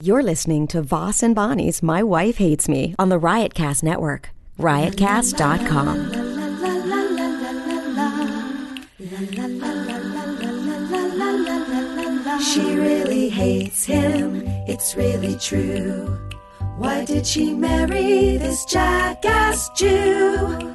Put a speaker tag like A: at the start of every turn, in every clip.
A: You're listening to Voss and Bonnie's My Wife Hates Me on the Riotcast Network. Riotcast.com.
B: She really hates him, it's really true. Why did she marry this jackass Jew?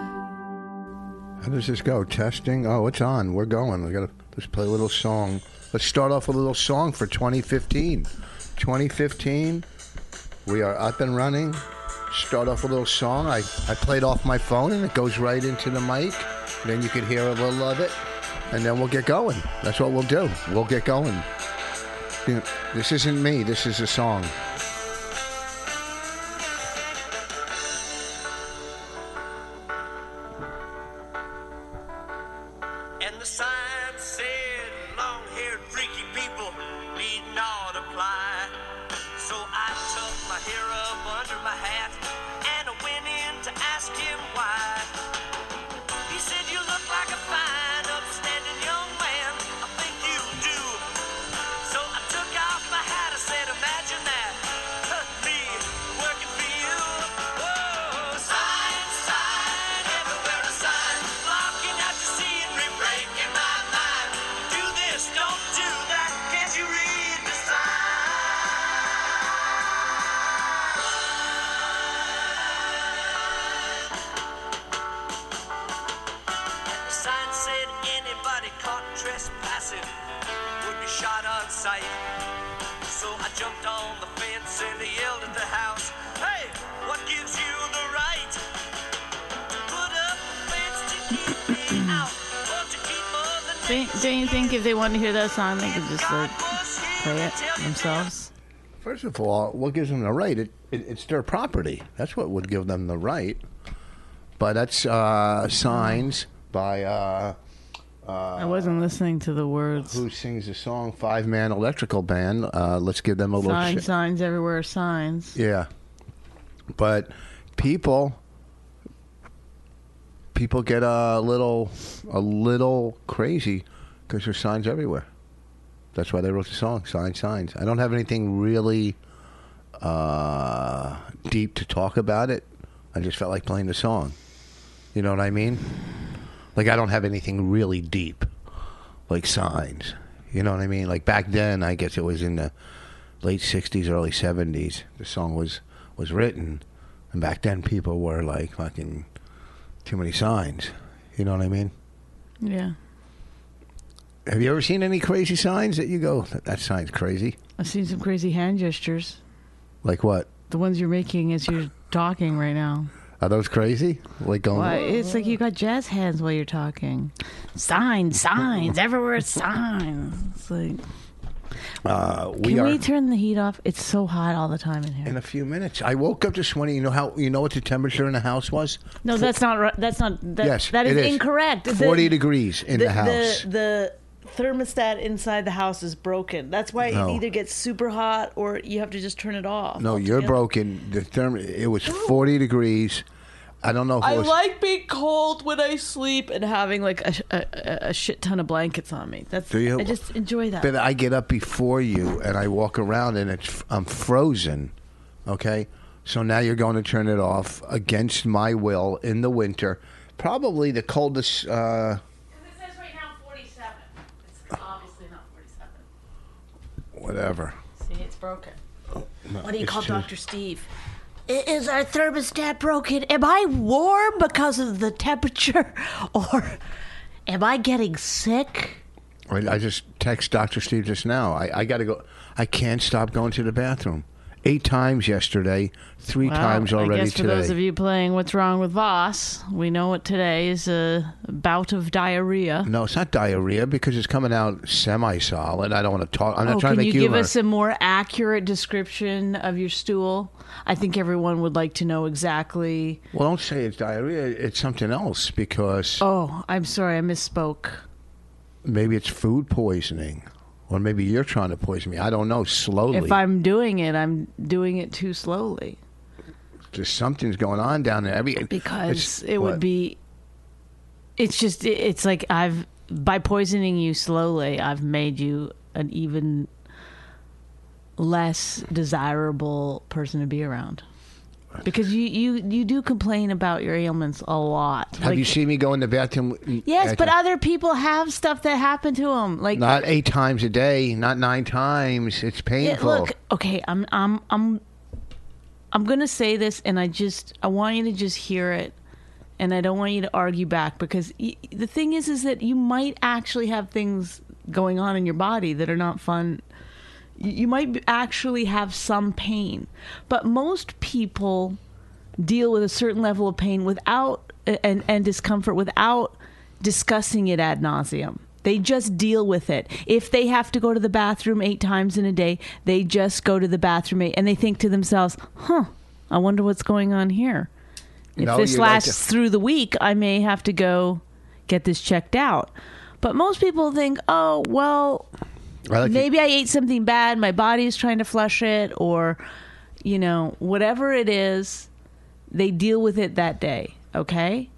C: How does this go? Testing? Oh, it's on. We're going. We gotta let's play a little song. Let's start off with a little song for 2015. 2015, we are up and running. Start off with a little song. I, I played off my phone and it goes right into the mic. Then you can hear a little of it. And then we'll get going. That's what we'll do. We'll get going. You know, This isn't me. This is a song.
D: And the sign said, long haired freaky people need not apply. So I tucked my hair up under my hat and I went in to ask him why. He said, You look like a fine, upstanding young man. I think you do. So I took off my hat. I said, Imagine that. Me working for you. Whoa. Sign, sign, everywhere a sign. Blocking out to see it, re- breaking my mind. Do this, don't do that. Can't you read the sign? The sign said anybody caught trespassing would be shot on sight. So I jumped on the fence and yelled at the house, Hey, what gives you the right to put up a fence to keep me out or to keep Mother
E: Think, don't you think if they wanted to hear that song, they could just like play it themselves?
C: First of all, what gives them the right? It, it, it's their property. That's what would give them the right. But that's uh, signs by uh,
E: I wasn't listening to the words.
C: who sings the song Five Man Electrical Band. Uh, let's give them a little.
E: Signs,
C: sh-
E: signs everywhere, signs.
C: Yeah, but people, people get a little, a little crazy because there's signs everywhere. That's why they wrote the song "Sign Signs." I don't have anything really uh, deep to talk about it. I just felt like playing the song. You know what I mean? Like I don't have anything really deep, like signs. You know what I mean? Like back then, I guess it was in the late '60s, early '70s. The song was was written, and back then people were like fucking too many signs. You know what I mean?
E: Yeah.
C: Have you ever seen any crazy signs that you go, that, that sign's crazy?
E: I've seen some crazy hand gestures.
C: Like what?
E: The ones you're making as you're talking right now.
C: Are those crazy? Like going,
E: Why? It's like you got jazz hands while you're talking. Signs, signs, everywhere, signs. It's like,
C: uh, we
E: can
C: are.
E: we turn the heat off? It's so hot all the time in
C: in
E: here.
C: a few minutes, I woke up this morning. You know how you know what the temperature in the house was?
E: No, that's not right. That's not. That,
C: yes,
E: that is,
C: it is
E: incorrect. The-
C: Forty degrees in the, house.
F: The, the thermostat inside the house is broken. That's why
C: No.
F: it either gets super hot or you have to just turn it off.
E: Oh,
C: no, you're
F: altogether.
C: broken. The therm. It was forty degrees. I don't know if it
F: I
C: was.
F: like being cold when I sleep and having like a, a, a- a shit ton of blankets on me. That's
C: Do you?
F: I just enjoy that.
C: But I get up before you and I walk around and it's I'm frozen. Okay? So now you're going to turn it off against my will in the winter. Probably the coldest uh whatever.
F: See, it's broken.
C: What do you
F: Call Dr. Steve. I- Is our thermostat broken? Am I warm because of the temperature? Or am I getting sick?
C: I, I just text Dr. Steve just now. I, I got to go. I can't stop going to the bathroom. eight times yesterday, three
E: Well,
C: times
E: I
C: already
E: guess for
C: today.
E: those of you playing What's Wrong with Voss, we know what today is a bout of diarrhea.
C: no, it's not diarrhea because it's coming out semi-solid. I don't want to talk. I'm not
E: oh,
C: trying
E: can
C: to
E: you
C: make
E: give
C: humor.
E: us a more accurate description of your stool? I think everyone would like to know exactly.
C: well, don't say it's diarrhea. It's something else because
E: Oh, I'm sorry, I misspoke.
C: maybe it's food poisoning, or maybe you're trying to poison me. I don't know. Slowly,
E: If I'm doing it, I'm doing it too slowly
C: just something's going on down there. Every,
E: because
C: it's-
E: it
C: what?
E: would be. It's just, it- it's like I've, by poisoning you slowly, I've made you an even less desirable person to be around. Because you, you, you do complain about your ailments a lot.
C: Have you seen me go in the bathroom?
E: Yes,
C: at-
E: but other people have stuff that happened to them. Like,
C: not eight times a day, not nine times. It's
E: Yeah,
C: painful.
E: look, okay, I'm I'm I'm I'm gonna say this, and I just I want you to just hear it, and I don't want you to argue back because y- the thing is, is that you might actually have things going on in your body that are not fun. You you might be- actually have some pain, but most people deal with a certain level of pain without and and discomfort without discussing it ad nauseum. They just deal with it. If they have to go to the bathroom eight times in a day, they just go to the bathroom eight, and they think to themselves, "Huh, I wonder what's going on here." If
C: No,
E: this
C: you like
E: lasts
C: to-
E: through the week, I may have to go get this checked out. But most people think, "Oh, well,
C: I like to-
E: maybe I ate something bad. My body is trying to flush it, or, you know, whatever it is, they deal with it that day. Okay.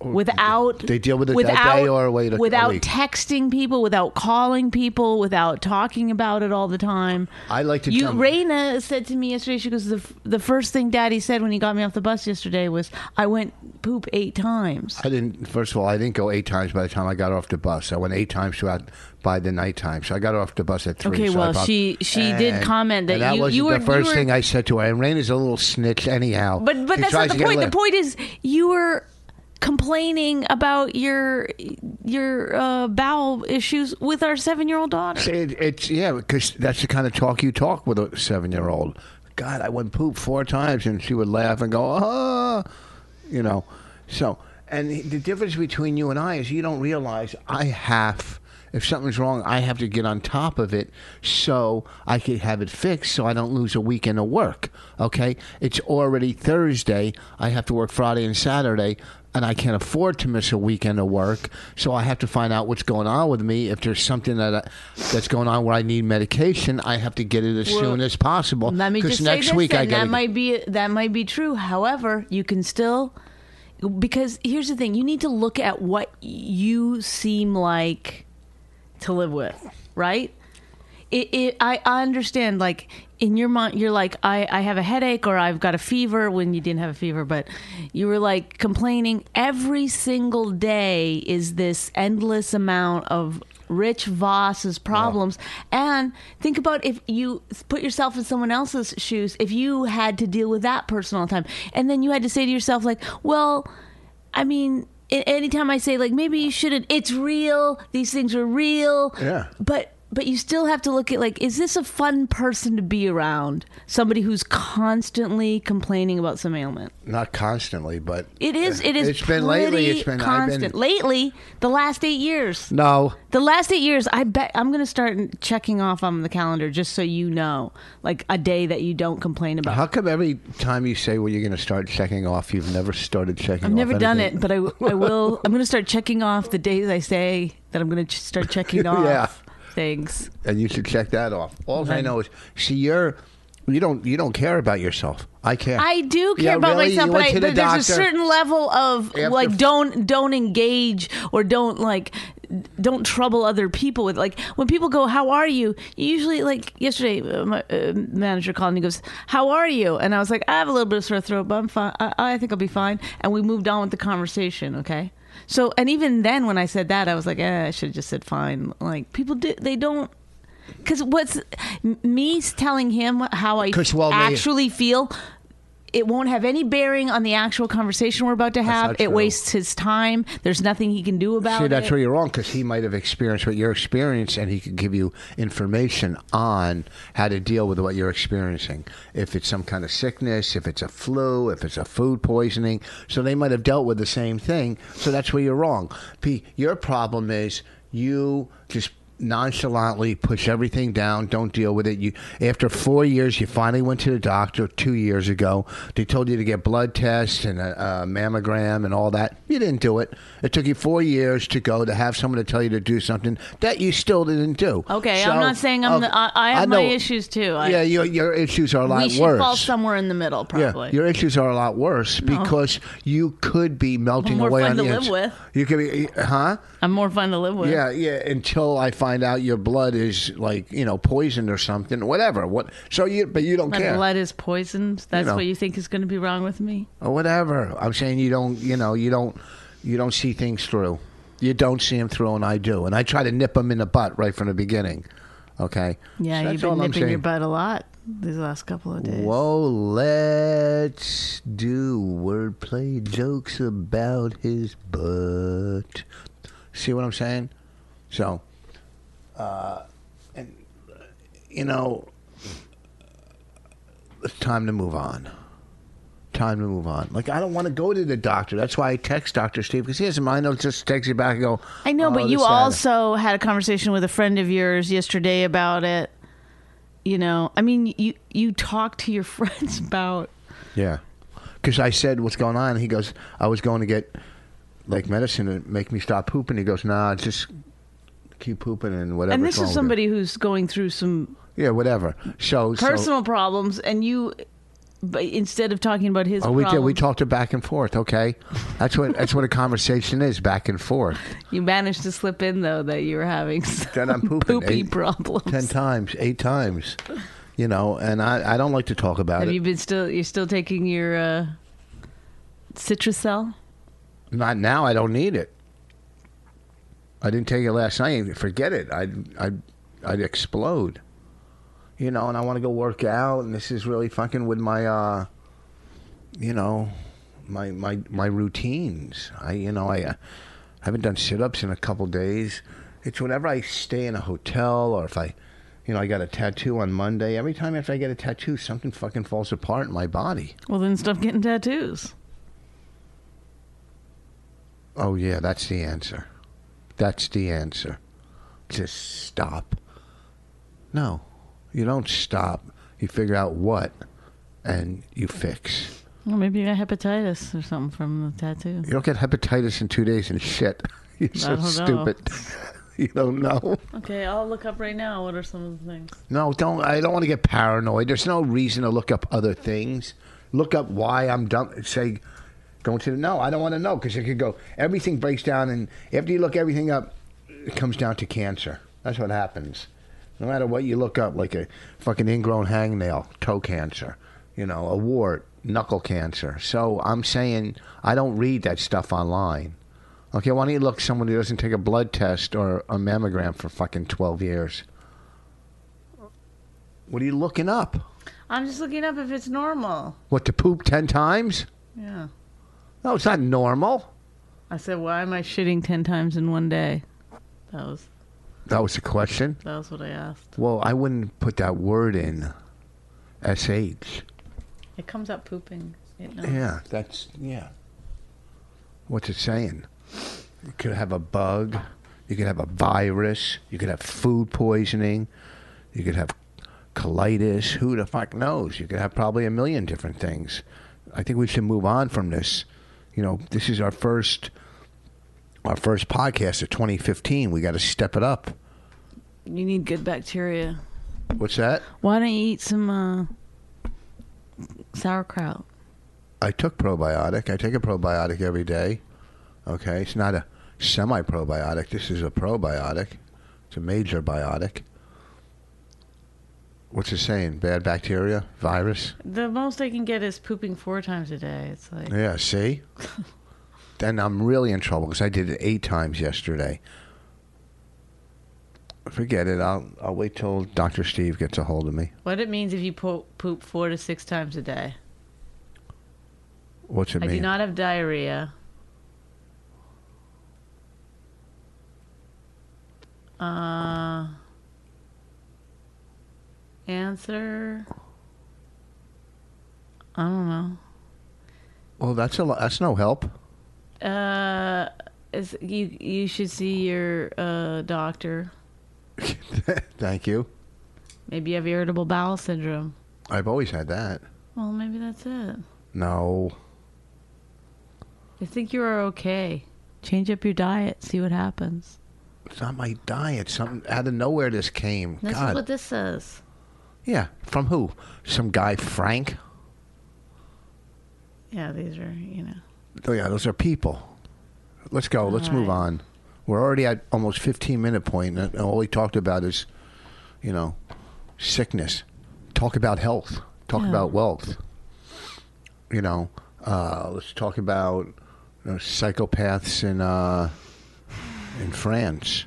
E: Without
C: they deal with it that day or wait a- a
E: without
C: week?
E: texting people, without calling people, without talking about it all the time.
C: I like to
E: You,
C: tell-
E: Raina said to me yesterday. She goes, the f- the first thing Daddy said when he got me off the bus yesterday was, "I went poop eight times."
C: I didn't. First of all, I didn't go eight times by the time I got off the bus. I went eight times throughout by the night time. So I got off the bus at three.
E: Okay,
C: so I
E: well,
C: popped-
E: she- she did
C: And-
E: comment that
C: and that
E: you-
C: was
E: you were-
C: the
E: you
C: first
E: were-
C: thing I said to her. And Raina's a little snitch, anyhow.
E: But but
C: She
E: that's
C: tries
E: not
C: to
E: the
C: get
E: point. The
C: laid.
E: point is you were complaining about your your uh, bowel issues with our seven year old daughter.
C: It, it's yeah, because that's the kind of talk you talk with a seven-year-old. God, I went poop four times, and she would laugh and go, "Ah," you know. So, and the- the difference between you and I is you don't realize I have. If something's wrong, I have to get on top of it so I can have it fixed so I don't lose a weekend of work. Okay? It's already Thursday. I have to work Friday and Saturday, and I can't afford to miss a weekend of work. So I have to find out what's going on with me. If there's something that I, that's going on where I need medication, I have to get it as
E: Well,
C: soon as possible.
E: Let me
C: 'Cause
E: just
C: next
E: say this,
C: week
E: then.
C: I gotta
E: that
C: get-
E: might be that might be true. However, you can still because here's the thing: you need to look at what you seem like to live with, right? It, it, I I understand. Like in your mind, you're like, I, I have a headache or I've got a fever when you didn't have a fever, but you were like complaining every single day is this endless amount of Rich Voss's problems. And think about if you put yourself in someone else's shoes, if you had to deal with that person all the time, and then you had to say to yourself, like, well, I mean, a- anytime I say like maybe you shouldn't, it's real. These things are real.
C: Yeah.
E: But but you still have to look at like, is this a fun person to be around? Somebody who's constantly complaining about some ailment.
C: not constantly, but
E: It is. It is.
C: It's been lately.
E: pretty
C: It's been I've been-
E: constant. Lately, the last eight years.
C: No,
E: The last eight years, I bet I'm going to start checking off on the calendar just so you know, like a day that you don't complain about.
C: How come every time you say well you're going to start checking off, you've never started checking?
E: I've
C: off
E: never done
C: anything?
E: it, but I, I will. I'm going to start checking off the days I say that I'm going to ch- start checking off
C: Yeah.
E: things.
C: and you should check that off. All I
E: Right.
C: know is, see, you're you don't you don't care about yourself. I care.
E: I do care
C: Yeah,
E: about
C: really?
E: myself,
C: You
E: but,
C: went
E: I,
C: to the
E: but there's a
C: doctor.
E: certain level of
C: After-
E: like don't don't engage or don't like don't trouble other people with like when people go how are you usually like yesterday uh, my uh, manager called and he goes how are you and I was like I have a little bit of sore throat but I'm fine I, I think I'll be fine and we moved on with the conversation okay so and even then when I said that I was like eh, I should have just said fine like people do they don't because what's m- me telling him how I
C: 'Cause, well, they-
E: actually feel it won't have any bearing on the actual conversation we're about to have.
C: not
E: It
C: true.
E: wastes his time. There's nothing he can do about
C: See,
E: it.
C: that's where you're wrong because he might have experienced what you're experiencing, and he could give you information on how to deal with what you're experiencing. If it's some kind of sickness, if it's a flu, if it's a food poisoning, so they might have dealt with the same thing. So that's where you're wrong. P, your problem is you just nonchalantly push everything down don't deal with it you after four years you finally went to the doctor two years ago they told you to get blood tests and a, a mammogram and all that you didn't do it it took you four years to go to have someone to tell you to do something that you still didn't do uh,
E: Okay, I'm not saying I'm the- I- I have my issues too. I-
C: yeah your, your issues are a lot
E: we should
C: worse
E: fall somewhere in the middle, probably.
C: yeah, your issues are a lot worse because you could be melting
E: More
C: away
E: fun
C: on
E: to
C: the
E: live
C: ins-
E: with.
C: You could be, huh?
E: I'm more fun to live with.
C: Yeah, yeah. Until I find out your blood is like you know poisoned or something, whatever. What? So you, but you don't
E: My
C: care.
E: blood is poisoned. That's
C: know.
E: what you think is going to be wrong with me.
C: or whatever. I'm saying you don't. You know, you don't. You don't see things through. You don't see them through, and I do. And I try to nip them in the butt right from the beginning. Okay.
E: Yeah,
C: So that's
E: you've
C: all
E: been
C: I'm
E: nipping your
C: saying.
E: butt a lot these last couple of days.
C: Whoa, let's do wordplay jokes about his butt. See what I'm saying? So, uh, and you know, it's time to move on. Time to move on. Like I don't want to go to the doctor. That's why I text Doctor Steve because he has a mind. I'll just text you back and go.
E: I know,
C: "Oh,
E: but you
C: this, that, and-"
E: also had a conversation with a friend of yours yesterday about it. You know, I mean, you you talk to your friends about
C: Yeah. Because I said, what's going on? He goes, I was going to get like medicine to make me stop pooping. He goes, nah, just keep pooping and whatever.
E: and
C: it's
E: this
C: wrong with you."
E: is somebody who's going through some
C: Yeah, whatever. So, so-
E: personal problems and you but instead of talking about his
C: oh, we did.
E: problems,
C: We talked it back and forth. Okay, that's what that's what a conversation is, back and forth.
E: you managed to slip in though that you were having some
C: Then I'm pooping
E: poopy
C: eight-
E: problems
C: Ten times, eight times, you know. And I I don't like to talk about
E: have
C: it.
E: you been still you're still taking your uh citrusel
C: Not now. I don't need it. I didn't take it last night. Forget it. I'd I'd I'd explode. You know, and I want to go work out, and this is really fucking with my, uh, you know, my my my routines. I you know I uh, haven't done sit ups in a couple days. It's whenever I stay in a hotel or if I, you know, I got a tattoo on Monday. Every time after I get a tattoo, something fucking falls apart in my body.
E: well then stop getting tattoos
C: Oh yeah, that's the answer. That's the answer. Just stop. No, you don't stop. You figure out what, and you fix.
E: well, maybe you got hepatitis or something from the tattoo
C: You don't get hepatitis in two days and shit. You're so
E: don't know.
C: stupid. you don't know.
E: okay i'll look up right now what are some of the things
C: No, don't. I don't want to get paranoid. There's no reason to look up other things. Look up why I'm dumb. Say, going to the no. I don't want to know because it could go. Everything breaks down, and after you look everything up, it comes down to cancer. That's what happens. No matter what you look up, like a fucking ingrown hangnail, toe cancer, you know, a wart, knuckle cancer. So I'm saying I don't read that stuff online. Okay, why don't you look someone who doesn't take a blood test or a mammogram for fucking twelve years? What are you looking up?
E: i'm just looking up if it's normal
C: What to poop ten times?
E: yeah
C: No, it's not normal.
E: i said why am i shitting 10 times in one day that was
C: That was the question.
E: that was what i asked
C: Well, I wouldn't put that word in. SH.
E: it comes up pooping it knows.
C: Yeah, that's yeah. What's it saying? You could have a bug. You could have a virus. You could have food poisoning. You could have colitis. Who the fuck knows? You could have probably a million different things. I think we should move on from this. You know, this is our first our first podcast of 2015. We got to step it up.
E: you need good bacteria
C: What's that?
E: Why don't you eat some uh, sauerkraut?
C: I took probiotic. I take a probiotic every day. Okay, it's not a semi probiotic. This is a probiotic. It's a major biotic. What's it saying? Bad bacteria, virus.
E: The most I can get is pooping four times a day. It's like
C: Yeah. See. then I'm really in trouble because I did it eight times yesterday. Forget it. I'll I'll wait till Doctor Steve gets a hold of me.
E: what it means if you po- poop four to six times a day.
C: What's it
E: I
C: mean?
E: do not have diarrhea. Uh, answer. I don't know.
C: well, that's a lo- that's no help.
E: Uh, is, you you should see your uh, doctor.
C: Thank you.
E: Maybe you have irritable bowel syndrome.
C: I've always had that.
E: Well, maybe that's it.
C: No.
E: I think you are okay. Change up your diet. See what happens.
C: It's not my diet. Something out of nowhere this came.
E: This
C: God.
E: is what this says.
C: yeah. From who? Some guy Frank?
E: Yeah, these are you know.
C: Oh yeah, those are people. Let's go. Let's move on. We're already at almost 15 minute point and all we talked about is you know, sickness. Talk about health. Talk about wealth. You know, uh, let's talk about you know, psychopaths in uh, in France,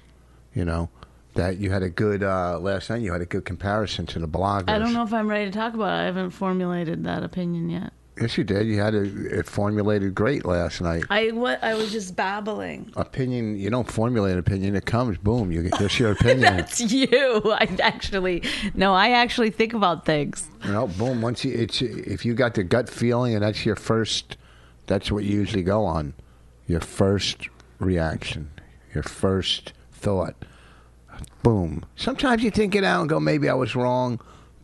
C: you know. That you had a good uh, last night. You had a good comparison to the bloggers.
E: I don't know if I'm ready to talk about it. I haven't formulated that opinion yet.
C: Yes, you did. You had a, it formulated great last night.
E: I what I was just babbling.
C: opinion you don't formulate an opinion it comes boom you get just your opinion
E: It's you. I actually no. I actually think about things.
C: you know boom once you it's if you got the gut feeling and that's your first that's what you usually go on your first reaction your first thought boom sometimes you think it out and go maybe i was wrong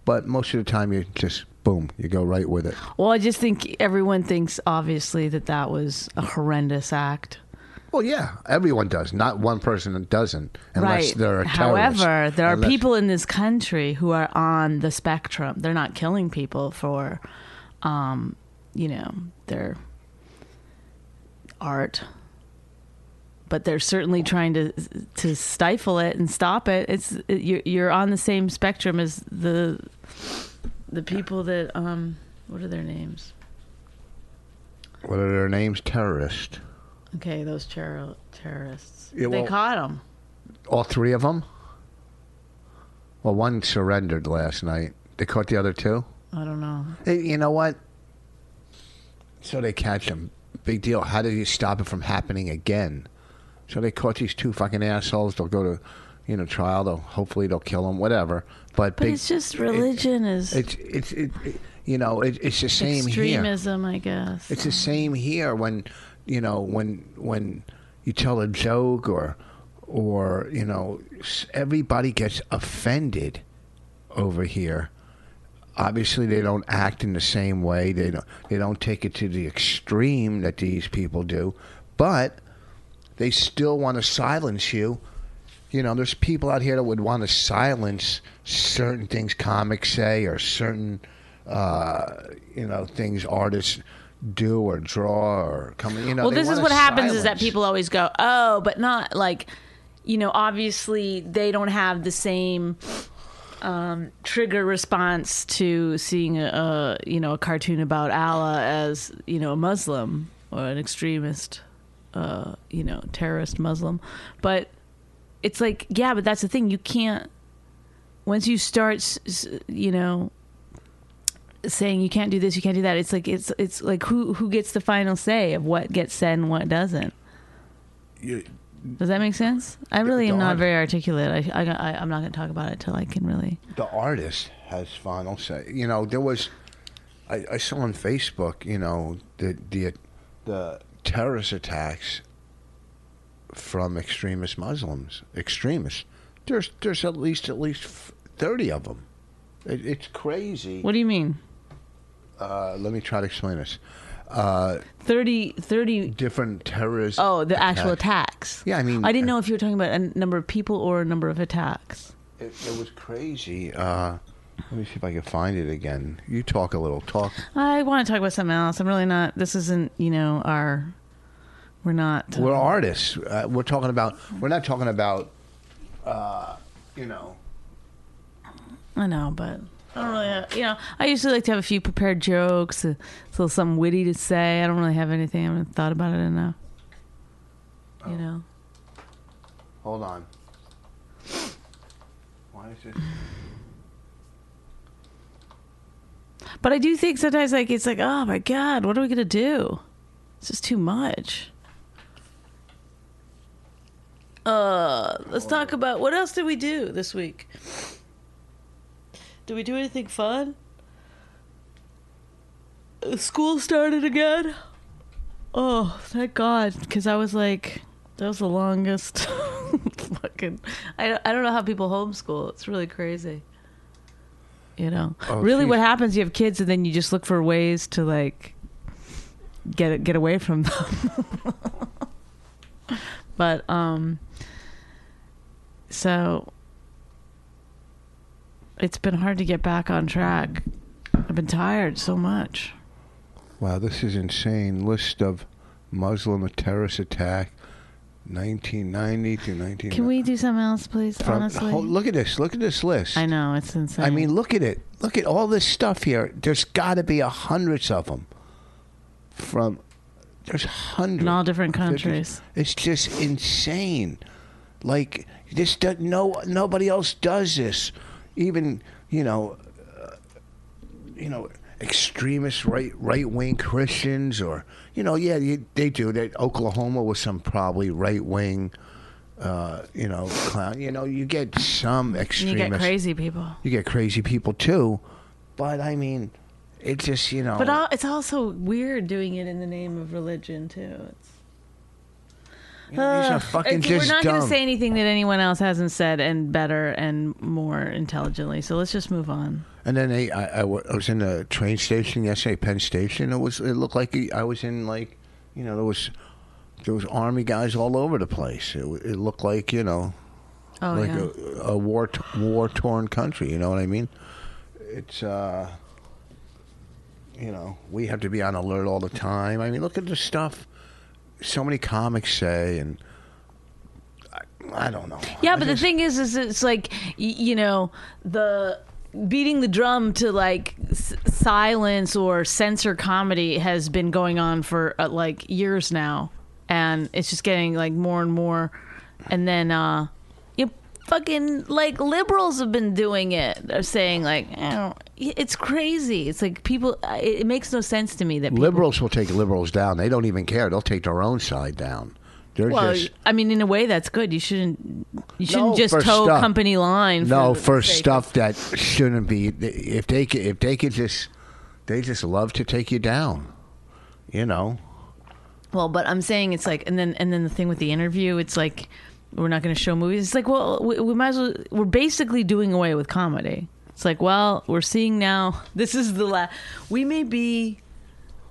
C: but most of the time you just boom you go right with it
E: Well, I just think everyone thinks obviously that that was a horrendous act.
C: well yeah everyone does not one person that doesn't unless
E: right.
C: they're a terrorist.
E: However, there are
C: Unless-
E: people in this country who are on the spectrum. They're not killing people for, um, you know, their art, but they're certainly trying to to stifle it and stop it. It's you're you're on the same spectrum as the the people that um, what are their names?
C: what are their names terrorist
E: Okay, those terror, terrorists.
C: Yeah,
E: they
C: well-
E: caught them.
C: All three of them? Well, one surrendered last night. They caught the other two?
E: I don't know.
C: Hey, you know what? So they catch them. Big deal. How do you stop it from happening again? So they caught these two fucking assholes. They'll go to, you know, trial. They'll hopefully they'll kill them. Whatever. But,
E: But
C: big-
E: it's just religion is
C: It's it's it, it- you know it, it's the same here.
E: extremism, I guess.
C: It's the same here when you know when when you tell a joke or or you know s- everybody gets offended over here. Obviously, they don't act in the same way. They don't they don't take it to the extreme that these people do, but they still want to silence you. You know, there's people out here that would want to silence certain things comics say or certain, uh, you know, things artists do or draw or come. You know,
E: well,
C: they
E: this is
C: wanna
E: what happens is that
C: silence.
E: people always go, oh, but not like, you know, obviously they don't have the same um, trigger response to seeing a, a you know a cartoon about Allah as you know a Muslim or an extremist, uh, you know, terrorist Muslim, but it's like yeah, but that's the thing you can't once you start s- s- you know saying you can't do this, you can't do that. It's like it's it's like who who gets the final say of what gets said and what doesn't.
C: You-
E: Does that make sense? I really am not
C: God.
E: very articulate. I, I, I I'm not going to talk about it till I can really.
C: the artist has final say. You know, there was, I, I saw on Facebook, you know, the the the terrorist attacks from extremist Muslims, extremists. There's there's at least at least thirty of them. It, it's crazy.
E: What do you mean?
C: Uh, let me try to explain this. Uh,
E: 30, 30
C: different terrorist.
E: Oh, the actual
C: attacks.
E: attacks.
C: Yeah, I mean- uh,
E: I didn't know if you were talking about a number of people or a number of attacks.
C: It, it was crazy. Uh, let me see if I can find it again. You talk a little. Talk.
E: I want to talk about something else. I'm really not. This isn't, you know, our. We're not.
C: We're artists. Uh, we're talking about. We're not talking about. Uh, you know.
E: I know, but I don't really. Have, you know, I usually like to have a few prepared jokes, a little something witty to say. I don't really have anything. I haven't thought about it enough. You know,
C: Hold on. Why is this?
E: But I do think sometimes like it's like, oh my god, what are we gonna do? This is too much. Uh, let's talk about what else did we do this week? Did we do anything fun? Uh, School started again. Oh, thank God, because I was like, that was the longest fucking. I don't- I don't know how people homeschool. It's really crazy. You know,
C: Oh,
E: really,
C: geez.
E: what happens? You have kids, and then you just look for ways to like get get away from them. but um, so it's been hard to get back on track. I've been tired so much.
C: Wow, this is insane. List of Muslim terrorist attack, 1990 to 19.
E: Can we do something else, please?
C: From,
E: honestly,
C: Ho- look at this. Look at this list.
E: I know it's insane.
C: I mean, look at it. Look at all this stuff here. There's got to be a hundreds of them. From there's hundreds
E: In all different
C: Fifties.
E: countries.
C: It's just insane. Like this, do, no nobody else does this. Even you know, uh, you know, extremist right right wing Christians, or you know, yeah, you, they do. That Oklahoma was some probably right wing. Uh, you know, clown. You know, you get some
E: And you
C: extremists
E: get crazy people.
C: you get crazy people too. But I mean, it's just you know.
E: But uh, al- it's also weird doing it in the name of religion too. It's,
C: you know, these are fucking
E: it's-
C: just
E: uh, we're not
C: dumb.
E: going to say anything that anyone else hasn't said and better and more intelligently. So let's just move on.
C: And then they, I, I, wa- I was in the train station yesterday, Penn Station. It was it looked like I was in like you know there was there was army guys all over the place. It, w- it looked like you know
E: Oh
C: like
E: yeah.
C: a, a war t- war torn country. You know what I mean? It's uh, you know we have to be on alert all the time. I mean, look at the stuff so many comics say, and I, I don't know.
E: Yeah,
C: I
E: but
C: just-
E: the thing is, is it's like y- you know the beating the drum to like s- silence or censor comedy has been going on for uh, like years now, and it's just getting like more and more, and then uh you fucking like liberals have been doing it. They're saying like, I don't, it's crazy. It's like people. I- It, it makes no sense to me that people,
C: liberals will take liberals down. They don't even care. They'll take their own side down. They're
E: Well,
C: just
E: I mean, in a way, that's good. You shouldn't. You shouldn't
C: No,
E: just
C: for
E: toe
C: stuff.
E: company line. For
C: no
E: the
C: for
E: sake of-
C: stuff that shouldn't be. If they could, if they could just, they just love to take you down. You know.
E: Well, but I'm saying it's like, and then and then the thing with the interview, it's like we're not going to show movies. It's like, well, we, we might as well. We're basically doing away with comedy. It's like, well, we're seeing now. This is the last. We may be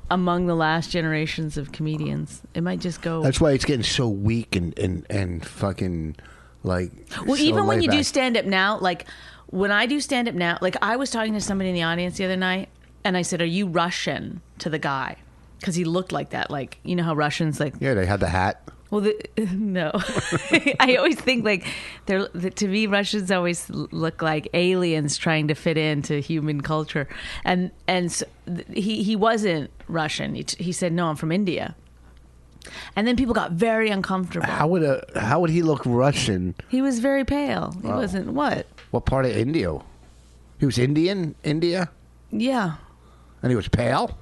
E: among the last generations of comedians. It might just go.
C: That's why it's getting so weak and and and fucking like.
E: Well,
C: so
E: even when
C: laid
E: you do
C: back.
E: stand up now, like when I do stand up now, like I was talking to somebody in the audience the other night, and I said, "Are you Russian?" to the guy because he looked like that. Like you know how Russians like
C: yeah, they had the hat.
E: Well, the, no. I always think like they're the, to me Russians always look like aliens trying to fit into human culture, and and so, th- he he wasn't Russian. He, t- he said no, I'm from India, and then people got very uncomfortable.
C: How would a how would he look Russian?
E: He was very pale. He wasn't what?
C: What part of India? He was Indian, India,
E: Yeah,
C: and he was pale.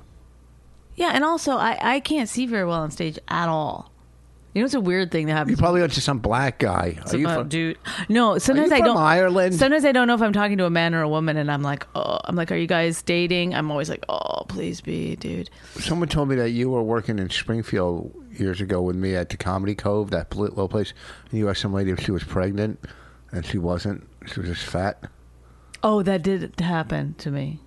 E: yeah, and also I I can't see very well on stage at all. You know, it's a weird thing that
C: You
E: happens.
C: probably went to some black guy. Are you
E: about
C: from-
E: uh, dude. No, sometimes
C: you
E: I
C: from
E: don't.
C: Ireland?
E: Sometimes I don't know if I'm talking to a man or a woman, and I'm like, oh, I'm like, are you guys dating? I'm always like, oh, please be, dude.
C: Someone told me that you were working in Springfield years ago with me at the Comedy Cove, that pl- little place. And you asked some lady if she was pregnant, and she wasn't. She was just fat.
E: Oh, that did happen to me.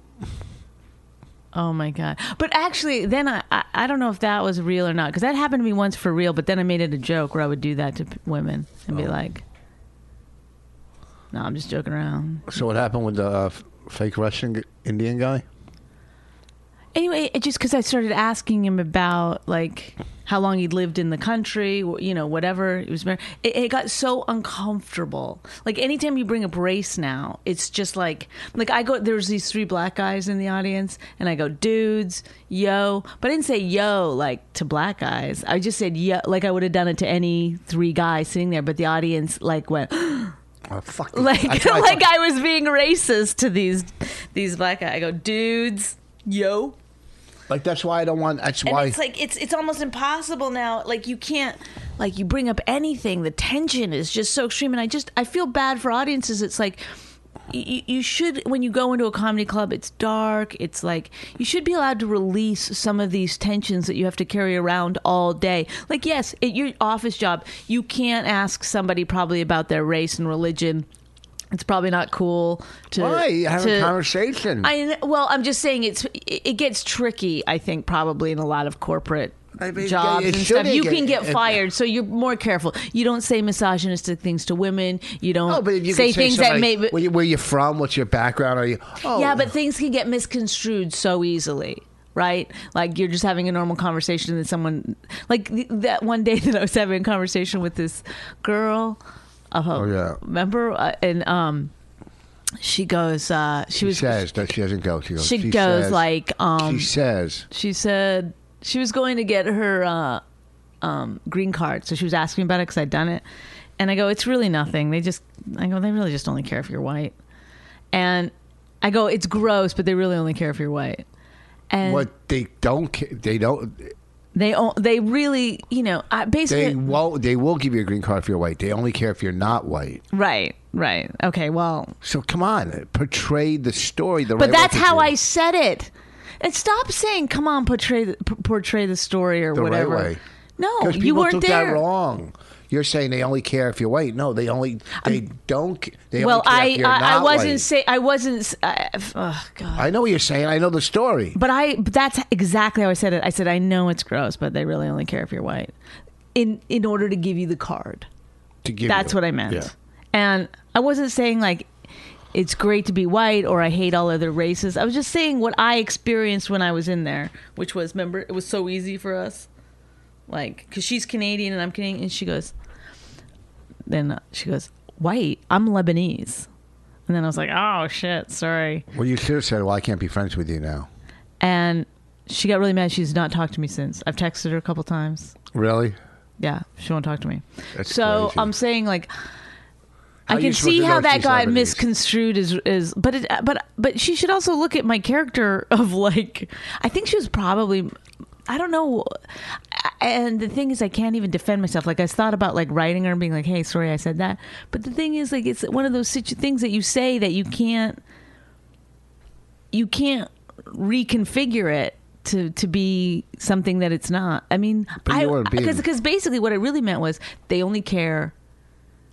E: Oh my god! But actually, then I I, I don't know if that was real or not because that happened to me once for real. But then I made it a joke where I would do that to p- women and
C: Oh.
E: be like, no, I'm just joking around.
C: So what happened with the uh, f- fake Russian g- Indian guy?
E: anyway it just because i started asking him about like how long he'd lived in the country wh- you know whatever he was married it, it got so uncomfortable like anytime you bring up race now it's just like like i go there's these three black guys in the audience and i go dudes yo but i didn't say yo like to black guys i just said yo like i would have done it to any three guys sitting there but the audience like went
C: Oh, fuck you.
E: like
C: That's why I
E: like
C: thought-
E: I was being racist to these these black guys. I go, dudes, yo,
C: like that's why I don't want. That's
E: and
C: why.
E: it's like it's it's almost impossible now. Like you can't like you bring up anything. The tension is just so extreme, and I just I feel bad for audiences. It's like. You, you should when you go into a comedy club it's dark it's like you should be allowed to release some of these tensions that you have to carry around all day like yes at your office job you can't ask somebody probably about their race and religion it's probably not cool to
C: why have a
E: to-
C: conversation?
E: I well, I'm just saying it's it it gets tricky. I think probably in a lot of corporate.
C: I mean,
E: jobs
C: it
E: and
C: should
E: stuff. You
C: get-
E: can get
C: it-
E: fired, so you're more careful. You don't say misogynistic things to women. You don't
C: oh, but if you
E: say
C: could
E: things that
C: somebody,
E: may.
C: where, you, where you from? What's your background? Are you? Oh,
E: Yeah, but things can get misconstrued so easily, right? Like you're just having a normal conversation and someone, like th- that one day that I was having a conversation with this girl. Uh, oh
C: yeah.
E: remember? Uh, and um, she goes, uh, she
C: she
E: was
C: says that she doesn't go. She goes.
E: she, goes
C: says-
E: like, um,
C: she says.
E: she said she was going to get her uh, um, green card. So she was asking about it because I'd done it. And I go, it's really nothing. They just, I go, they really just only care if you're white. And I go, it's gross, but they really only care if you're white. And
C: What they don't, ca- they don't,
E: they o- they really, you know, I
C: they
E: basically,
C: won't. They will give you a green card if you're white. They only care if you're not white.
E: right, right, okay, well,
C: So come on, portray the story the right.
E: but
C: way
E: that's
C: for
E: how
C: you.
E: I said it. And stop saying, come on, portray the, p- portray the story or
C: The right
E: whatever.
C: way.
E: No,
C: Because
E: you
C: people
E: weren't
C: took
E: there.
C: that wrong. You're saying they only care if you're white. No, they only they don't. ca- They
E: Um, Well,
C: only care
E: I
C: if you're
E: I, I
C: not
E: wasn't
C: white.
E: say I wasn't. s- I, f- oh God.
C: I know what you're saying. I know the story.
E: But I but that's exactly how I said it. I said I know it's gross, but they really only care if you're white. In in order to give you the card.
C: To give
E: That's
C: you.
E: what I meant.
C: Yeah.
E: And I wasn't saying like it's great to be white or I hate all other races. I was just saying what I experienced when I was in there, which was remember it was so easy for us. Like cuz she's Canadian and I'm Canadian and she goes then uh, she goes, "White, I'm Lebanese." And then I was like, "Oh shit, sorry."
C: Well, you should have said, "Well, I can't be friends with you now."
E: and she got really mad. She's not talked to me since. I've texted her a couple times.
C: Really?
E: Yeah, she won't talk to me.
C: That's
E: so
C: crazy.
E: I'm saying like
C: How
E: I
C: you
E: can
C: supposed
E: see
C: to know
E: how
C: if
E: that
C: she's
E: got
C: Lebanese?
E: misconstrued as is but it but but she should also look at my character of like I think she was probably I don't know and the thing is I can't even defend myself like I thought about like writing her and being like hey sorry I said that but the thing is like it's one of those situ- things that you say that you can't you can't reconfigure it to to be something that it's not. I mean,
C: But you
E: I
C: weren't being-
E: because because basically what I really meant was they only care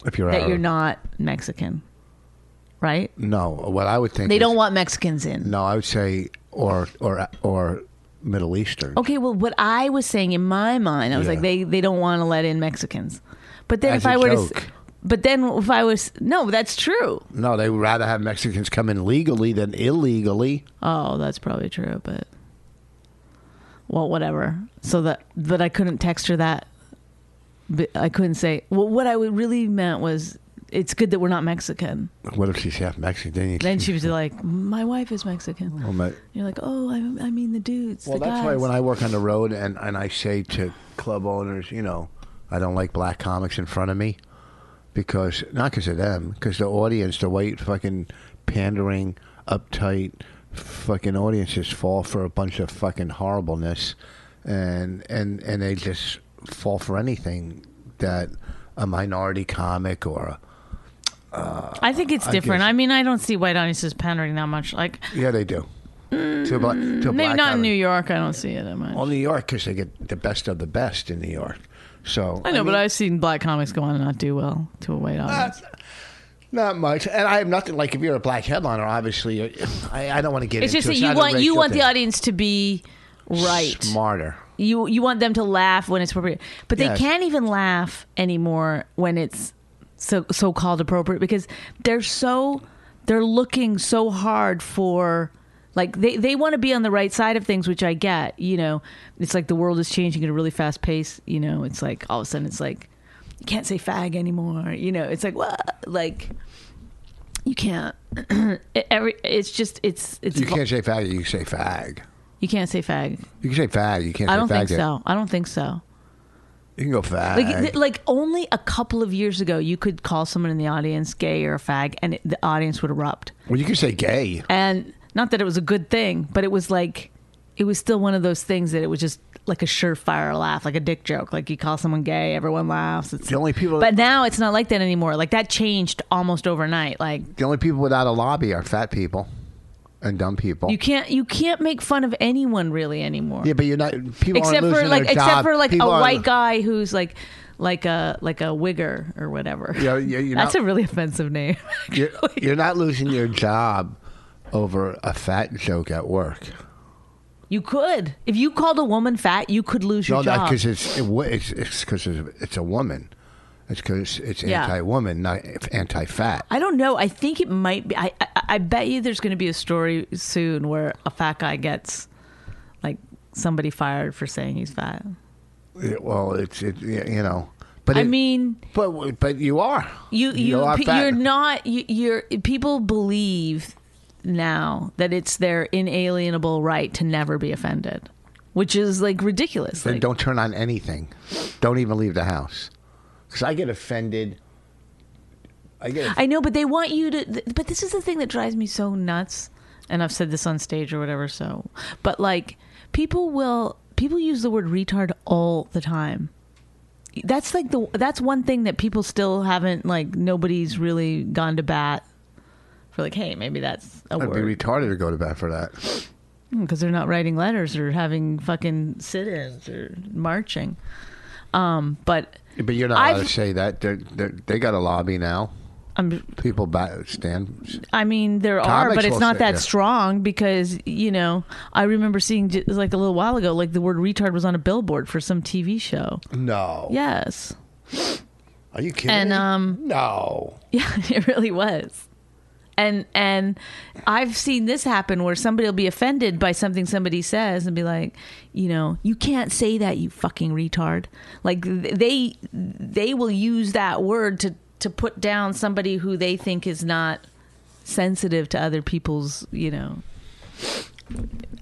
C: If you're
E: that
C: Arab.
E: you're not Mexican, right?
C: No, what I would think
E: They
C: is-
E: don't want Mexicans in.
C: No, I would say or or or Middle Eastern.
E: Okay, well, what I was saying in my mind, I was
C: Yeah.
E: like, they they don't want to let in Mexicans. But then
C: As
E: if I
C: a
E: were to,
C: joke.
E: s- but then if I was no, that's true.
C: No, they would rather have Mexicans come in legally than illegally.
E: Oh, that's probably true, but well, whatever. So that but I couldn't text her that. But I couldn't say. Well, what I would really meant was it's good that we're not Mexican.
C: What if she's half Mexican? Then, you-
E: Then she was like, "My wife is Mexican."
C: Oh, my-
E: You're like, "Oh, I, I mean the dudes."
C: Well,
E: the
C: that's
E: guys.
C: why when I work on the road and, and I say to club owners, you know, I don't like black comics in front of me because, not because of them, because the audience, the white fucking pandering, uptight fucking audiences fall for a bunch of fucking horribleness and, and, and they just fall for anything that a minority comic or a,
E: I think it's
C: I
E: different.
C: guess-
E: I, mean, I don't see white audiences pandering that much. Like
C: yeah, they do. to a, bla- to a
E: Mm,
C: black
E: maybe not in
C: comic.
E: New York. I don't see it that much.
C: Well, New York, because they get the best of the best in New York. So
E: I know,
C: mean- Ah,
E: but I've seen black comics go on and not do well to a white audience.
C: Not much, and I have nothing. Like if you're a black headliner, obviously, you're- I, I don't want to get.
E: it's
C: into
E: just
C: it. not
E: that you
C: a
E: want you
C: racial
E: want the
C: thing.
E: audience to be right.
C: smarter.
E: you you want them to laugh when it's appropriate, but they
C: Yes.
E: can't even laugh anymore when it's so so called appropriate because they're so they're looking so hard for like they they want to be on the right side of things, which I get. You know, it's like the world is changing at a really fast pace. You know, it's like all of a sudden it's like you can't say fag anymore. You know, it's like what like. You can't. It- Every it's just it's it's
C: You can't say fag. You can say fag.
E: you can't say fag.
C: You can say fag. You can't.
E: I
C: say
E: don't
C: fag
E: think so. I don't think so.
C: You can go fag.
E: Like, th- like only a couple of years ago, you could call someone in the audience gay or a fag, and it, the audience would erupt.
C: well, you can say gay.
E: And not that it was a good thing, but it was like, it was still one of those things that it was just like a surefire laugh, like a dick joke. Like you call someone gay, everyone laughs. It's,
C: The only people,
E: but now it's not like that anymore. Like that changed almost overnight. Like
C: the only people without a lobby are fat people and dumb people.
E: you can't, you can't make fun of anyone really anymore.
C: yeah, but you're not. People aren't
E: except for
C: losing
E: like,
C: their
E: except
C: job.
E: for like
C: People
E: a
C: aren't-
E: white guy who's like, like a like a wigger or whatever.
C: Yeah, yeah, you're
E: That's
C: not-
E: a really offensive name.
C: You're, you're not losing your job over a fat joke at work.
E: You could. If you called a woman fat, you could lose
C: No,
E: your
C: not
E: job.
C: because it's it, wa- it's it's because it's, it's a woman. It's because it's
E: Yeah.
C: anti-woman, not anti-fat.
E: I don't know. I think it might be. I I, I bet you there's going to be a story soon where a fat guy gets like somebody fired for saying he's fat.
C: It- well, it's it, y- you know, but
E: I
C: it-
E: mean,
C: but but you are
E: you you,
C: are
E: pe-
C: fat.
E: you're not you, you're people believe now that it's their inalienable right to never be offended, which is like ridiculous.
C: Then
E: Like,
C: don't turn on anything. Don't even leave the house because I get offended. I get.
E: I know, but they want you to. th- But this is the thing that drives me so nuts. And I've said this on stage or whatever. So, but like, people will people use the word retard all the time. That's like the that's one thing that people still haven't like. Nobody's really gone to bat for like, hey, maybe that's a
C: I'd be
E: word
C: retarded to go to bat for that.
E: because they're not writing letters or having fucking sit-ins or marching. Um, but
C: But you're not allowed
E: I've-
C: to say that. They're, they're, they got a lobby now.
E: I'm
C: People bat, stand.
E: I mean, there are,
C: Comics
E: but it's
C: will
E: not
C: say,
E: that
C: yeah.
E: strong because you know. I remember seeing j- like a little while ago, like the word "retard" was on a billboard for some TV show.
C: No.
E: Yes,
C: Are you kidding?
E: And,
C: me?
E: um,
C: No.
E: yeah, it really was. And and I've seen this happen where somebody will be offended by something somebody says and be like, you know, you can't say that, you fucking retard. Like th- they they will use that word to to put down somebody who they think is not sensitive to other people's you know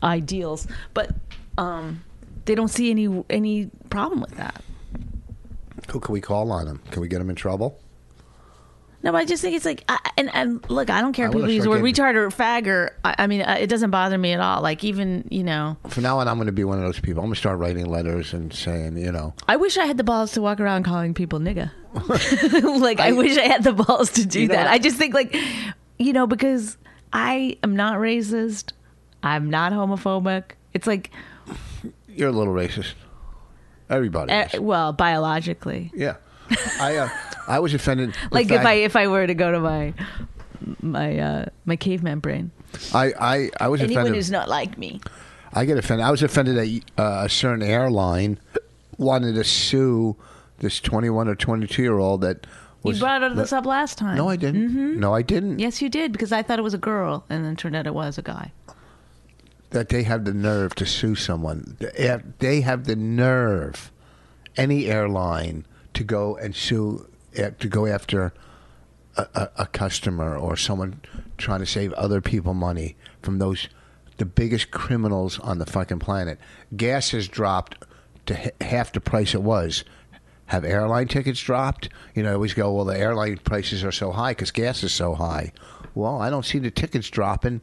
E: ideals but um they don't see any any problem with that
C: Who can we call on him? Can we get him in trouble?
E: no but i just think it's like I, and and look i don't care
C: I
E: if
C: would've
E: people use the word
C: sure
E: retard or fag or i, I mean uh, it doesn't bother me at all like even you know
C: From now on, I'm going to be one of those people. I'm going to start writing letters and saying, you know,
E: i wish i had the balls to walk around calling people nigga like I, wish i had the balls to do
C: You know
E: that
C: what?
E: i just think like you know because i am not racist i'm not homophobic it's like
C: you're a little racist. Everybody.
E: eh,
C: is.
E: well biologically
C: Yeah. I uh, I was offended. the
E: like if
C: fact-
E: I if I were to go to my my uh my caveman brain.
C: I I, I was
E: Anyone
C: offended.
E: who's not like me.
C: I get offended. I was offended that uh, a certain airline wanted to sue this 21 or 22 year old that
E: You
C: was.
E: brought this up Mm-hmm. last time.
C: no, I didn't. No, I didn't.
E: Yes, you did because I thought it was a girl, and then turned out it was a guy.
C: that they have the nerve to sue someone. They have- They have the nerve, any airline, to go and sue eh, to go after a, a, a customer or someone trying to save other people money from those the biggest criminals on the fucking planet. Gas has dropped to h- half the price it was. Have airline tickets dropped? You know, I always go, well, the airline prices are so high because gas is so high. Well, I don't see the tickets dropping.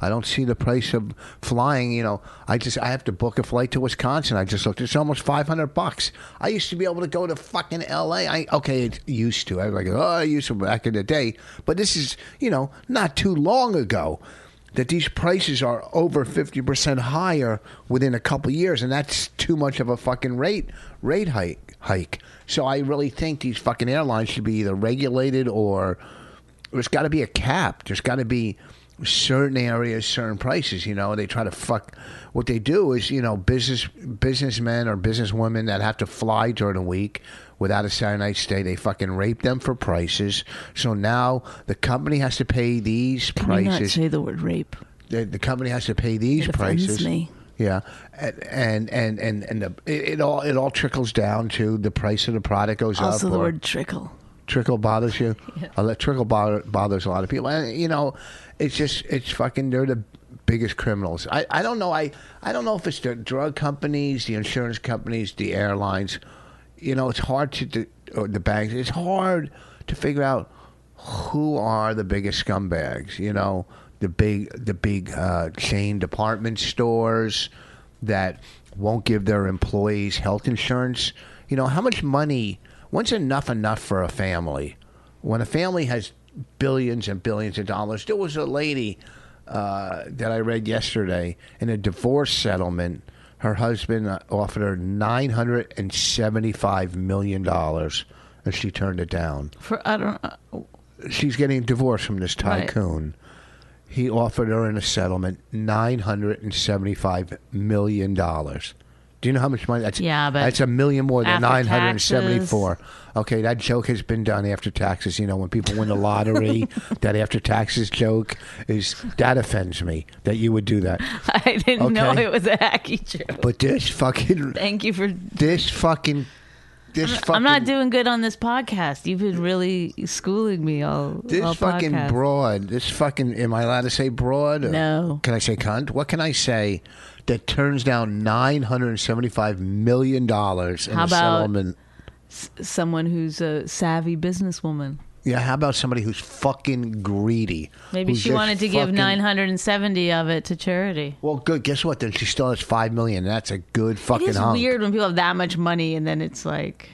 C: I don't see the price of flying. You know, I just I have to book a flight to Wisconsin. I just looked; it's almost five hundred bucks. I used to be able to go to fucking L.A. I okay, it used to. I was like, oh, I used to back in the day, but this is you know not too long ago that these prices are over fifty percent higher within a couple years, and that's too much of a fucking rate rate hike hike. So I really think these fucking airlines should be either regulated or there's got to be a cap. There's got to be certain areas, certain prices. You know, they try to fuck. What they do is, you know, business businessmen or businesswomen that have to fly during the week without a Saturday night stay, they fucking rape them for prices. So now the company has to pay these prices
E: the word rape.
C: the, the company has to pay these
E: It offends
C: prices.
E: me.
C: Yeah, and and and and, and the, it, it all it all trickles down to the price of the product goes up. or-
E: trickle.
C: trickle bothers you. I let trickle bother, bothers a lot of people. And you know, it's just it's fucking they're the biggest criminals. I, I don't know. I I don't know if it's the drug companies, the insurance companies, the airlines. you know, it's hard to, to or the banks. It's hard to figure out who are the biggest scumbags. You know, the big the big uh, chain department stores that won't give their employees health insurance. You know, how much money? When's enough enough for a family? When a family has billions and billions of dollars, there was a lady uh, that I read yesterday in a divorce settlement. Her husband uh, offered her nine hundred and seventy-five million dollars, and she turned it down.
E: For I don't. Uh,
C: She's getting divorced from this
E: Right.
C: tycoon. He offered her in a settlement nine hundred and seventy-five million dollars. Do you know how much money? That's
E: Yeah, but
C: that's a million more than nine
E: after
C: hundred and seventy-four. Okay, that joke has been done after taxes. You know, when people win the lottery, that after taxes joke is that offends me that you would do that.
E: I didn't know
C: Okay.
E: it was a hacky joke.
C: But this fucking
E: Thank you for.
C: this fucking this fucking
E: I'm not doing good on this podcast. You've been really schooling me all.
C: this
E: all
C: fucking
E: podcast.
C: broad. This fucking am I allowed to say broad? or-
E: No.
C: Can I say cunt? What can I say that turns down nine hundred and seventy five million dollars in
E: How
C: a
E: about-
C: settlement?
E: Someone who's a savvy businesswoman.
C: Yeah, how about somebody who's fucking greedy?
E: Maybe
C: who's
E: she
C: just
E: wanted to give
C: fucking-
E: 970 of it to charity.
C: Well, good. Guess what? Then she still has five million. That's a good
E: It
C: fucking
E: is
C: hunk.
E: weird when people have that much money and then it's like,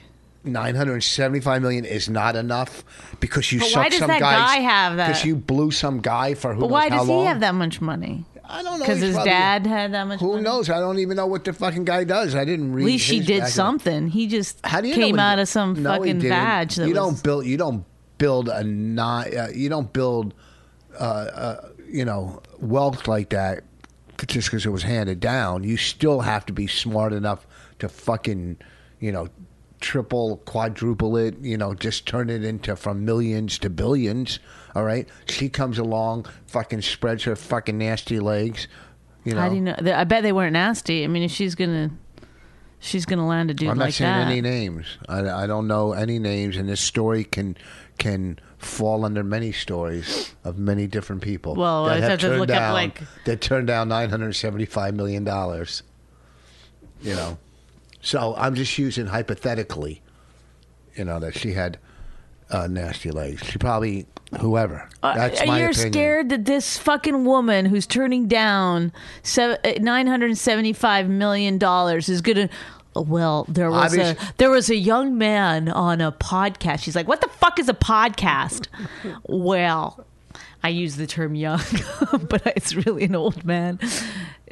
C: Nine hundred and seventy-five million is not enough because you
E: But
C: suck
E: why does
C: some
E: that
C: guy's-
E: guy have that?
C: Because you blew some guy for who?
E: but
C: knows
E: why
C: how
E: does
C: long?
E: he have that much money?
C: I don't know.
E: Because
C: He's
E: his
C: probably-
E: dad had that much.
C: Who
E: money?
C: knows? I don't even know what the fucking guy does. I didn't read.
E: At least she
C: his
E: did
C: background.
E: something. He just
C: How do you
E: came
C: know he-
E: out of some
C: No, he
E: fucking
C: didn't.
E: badge. That
C: you
E: was,
C: don't build. You don't build a not. Uh, you don't build. Uh, uh, you know, wealth like that just because it was handed down. You still have to be smart enough to fucking, you know, triple, quadruple it. You know, just turn it into from millions to billions. All right. She comes along, fucking spreads her fucking nasty legs. You know.
E: How do you know? I bet they weren't nasty. I mean, if she's gonna, she's gonna land a dude
C: I'm not
E: like
C: saying
E: that.
C: any names. I, I don't know any names, and this story can can fall under many stories of many different people.
E: Well,
C: that
E: I'd
C: have
E: have to
C: turned
E: look up,
C: down,
E: like-
C: that turned down 975 million dollars. You know, so I'm just using hypothetically. You know that she had uh, nasty legs. She probably whoever.
E: Uh,
C: That's my
E: you're
C: opinion.
E: scared that this fucking woman who's turning down sev- uh, 975 million dollars is gonna. Well, there was
C: Obvious-
E: a there was a young man on a podcast. She's like, "What the fuck is a podcast?" well, I use the term young, but it's really an old man.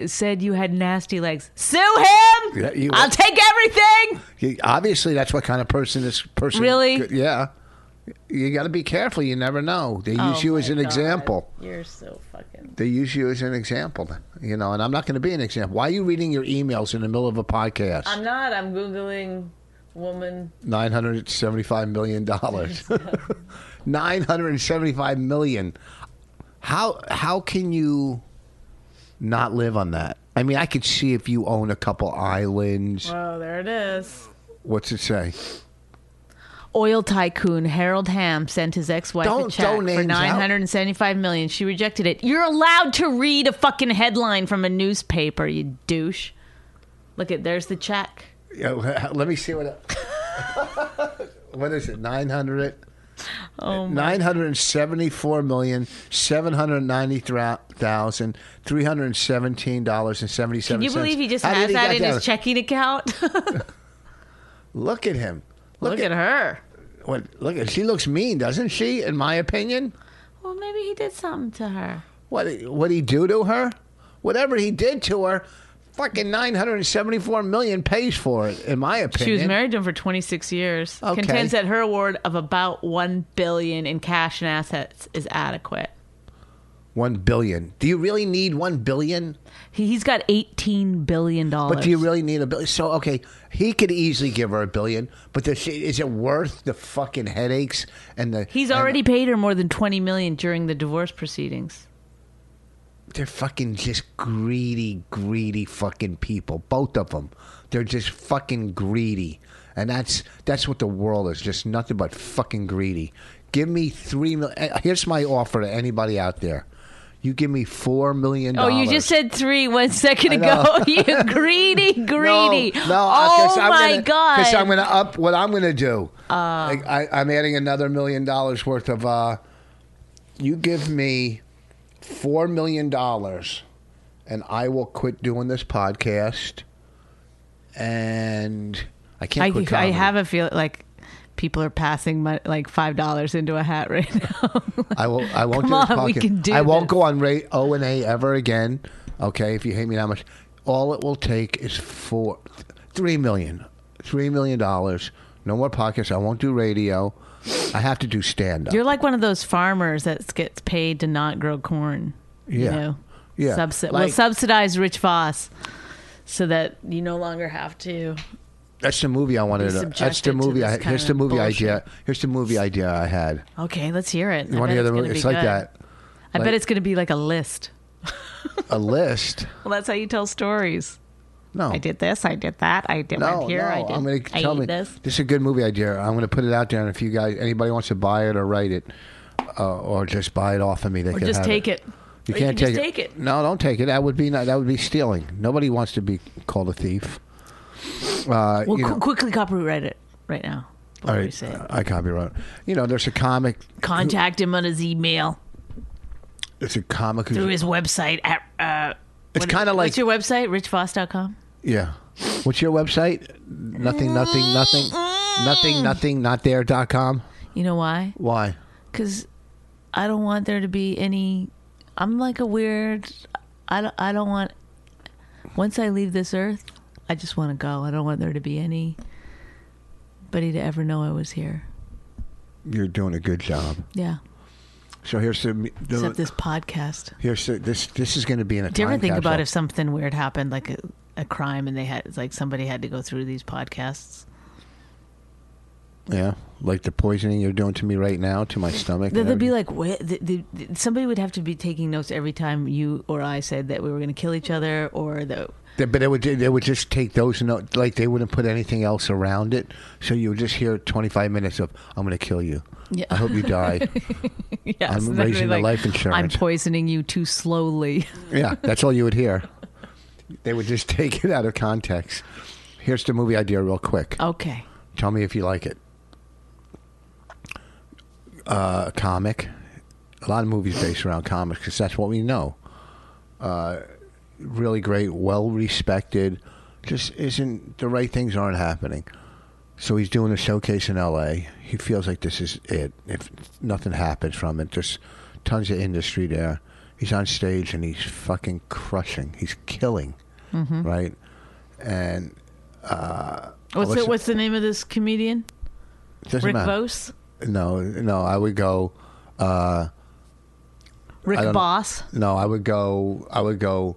E: Said you had nasty legs. Sue him.
C: Yeah, you-
E: I'll take everything.
C: You- Obviously, that's what kind of person this person.
E: Really?
C: could- Yeah. You got to be careful. You never know. They use you as an example.
E: Oh You're so fucking.
C: They use you as an example, you know. And I'm not going to be an example. Why are you reading your emails in the middle of a podcast?
E: I'm not. I'm googling woman
C: Nine hundred seventy-five million dollars. Nine hundred seventy-five million. How how can you not live on that? I mean, I could see if you own a couple islands.
E: Oh, there it is.
C: What's it say?
E: Oil tycoon Harold Ham sent his ex-wife a
C: Don't
E: check
C: throw names
E: for
C: out.
E: 975 million. She rejected it. You're allowed to read a fucking headline from a newspaper, you douche. Look at there's the check.
C: Yeah, Let me see what. what is it? Nine hundred.
E: Oh my.
C: Nine hundred seventy-four million seven hundred ninety-three thousand three hundred seventeen dollars and seventy-seven.
E: Can you believe he just
C: How did
E: has that
C: get
E: in his checking account? Look,
C: Look at him. Look, at,
E: at, her.
C: What, look at. She looks mean, doesn't she? In my opinion,
E: Well, maybe he did something to her.
C: what what he do to her? Whatever he did to her, fucking nine hundred seventy-four million pays for it. In my opinion,
E: She was married to him for 26 years.
C: Okay.
E: Contends that her award of about 1 billion in cash and assets is adequate.
C: One billion. Do you really need one billion?
E: He, he's got 18 billion dollars.
C: But do you really need a billion? So okay, he could easily give her a billion, but the, shit- is it worth the fucking headaches and the?
E: He's
C: and
E: already paid her more than twenty million during the divorce proceedings.
C: They're fucking just greedy, greedy fucking people. Both of them, they're just fucking greedy, and that's that's what the world is. Just nothing eh, but fucking greedy. Give me three million. Here's my offer to anybody out there. You give me four million
E: Oh,
C: dollars.
E: you just said three one second
C: know.
E: ago. you greedy, greedy.
C: No, no
E: oh
C: I'm
E: my
C: gonna,
E: god. Uh.
C: Because I'm going to up what I'm going to do. Like, I, I'm adding another million dollars worth of. Uh, you give me four million dollars, and I will quit doing this podcast. And I can't.
E: I,
C: quit
E: I
C: comedy.
E: have a feel like people are passing my, like five dollars into a hat right now.
C: I will. I won't.
E: Come
C: do this
E: on, we
C: podcast.
E: can do
C: I won't
E: this.
C: go on rate O and A ever again. Okay, if you hate me that much, all it will take is four, three million, three million dollars. No more podcasts. I won't do radio. I have to do stand up.
E: You're like one of those farmers that gets paid to not grow corn. You
C: Yeah.
E: know?
C: Yeah.
E: Subsi-
C: Like-
E: well, subsidize Rich Voss so that you no longer have to.
C: That's the movie I wanted. To, that's
E: subjected
C: the
E: to
C: movie.
E: this
C: I,
E: kind
C: here's
E: of
C: the movie
E: bullshit.
C: idea. Here's the movie idea I had.
E: Okay, let's hear it.
C: You
E: I
C: want
E: bet
C: to hear the
E: it's
C: movie?
E: gonna be
C: It's like
E: good.
C: that.
E: I
C: Like-
E: bet it's going to be like a list.
C: A list.
E: Well, that's how you tell stories.
C: No.
E: I did this. I did that. I did
C: No,
E: went here.
C: no.
E: I did.
C: am going to tell
E: ate
C: me
E: this.
C: is a good movie idea. I'm going to put it out there, and if you guys, anybody wants to buy it or write it, uh, or just buy it off of me, they
E: Or
C: can
E: just
C: have
E: take it.
C: You
E: Or
C: can't
E: you
C: take,
E: can just
C: it.
E: take it.
C: No, don't take it. That would be not, that would be stealing. Nobody wants to be called a thief. Uh, you
E: Well,
C: know,
E: qu- quickly copyright it right now.
C: all
E: Before we
C: right,
E: say it.
C: I copyright. You know, there's a comic.
E: Contact him on his email
C: It's a comic.
E: through
C: Who's,
E: his website at. Uh,
C: it's
E: what-
C: kind of like
E: What's your website? RichVoss.com?
C: yeah. What's your website? Nothing, nothing, nothing, nothing, nothing, not there. Dot com.
E: You know why?
C: Why?
E: because I don't want there to be any. I'm like a weird. I don't, I don't want. Once I leave this earth, I just want to go. I don't want there to be anybody to ever know I was here.
C: You're doing a good job.
E: Yeah,
C: So here's the,
E: except
C: the
E: this podcast.
C: here's the, uh, this this is going to be in a
E: Do you ever
C: time
E: think
C: capsule.
E: about if something weird happened, like a, a crime, and they had it's like somebody had to go through these podcasts?
C: yeah, like the poisoning you're doing to me right now to my stomach.
E: They'd
C: and
E: be
C: everything.
E: like, wait, the, the, the- somebody would have to be taking notes every time you or I said that we were going to kill each other or that
C: They- but they would they would just take those no like they wouldn't put anything else around it. So you would just hear 25 minutes of I'm going to kill you.
E: Yeah.
C: I hope you die.
E: Yes,
C: I'm
E: and then
C: raising
E: they're
C: the life insurance.
E: I'm poisoning you too slowly.
C: yeah, that's all you would hear. They would just take it out of context. Here's the movie idea, real quick.
E: Okay.
C: Tell me if you like it. Uh, comic. A lot of movies based around comics because that's what we know. Uh, really great, well respected. Just isn't the right things aren't happening. So he's doing a showcase in L.A. He feels like this is it. If nothing happens from it, there's tons of industry there. He's on stage and he's fucking crushing. He's killing, right? And uh,
E: Oh, What's the,
C: Alicia-
E: what's the name of this comedian?
C: doesn't
E: Rick
C: matter.
E: Vos?
C: No, no, I would go. Uh, I
E: Rick
C: don't-
E: Boss?
C: no, I would go. I would go.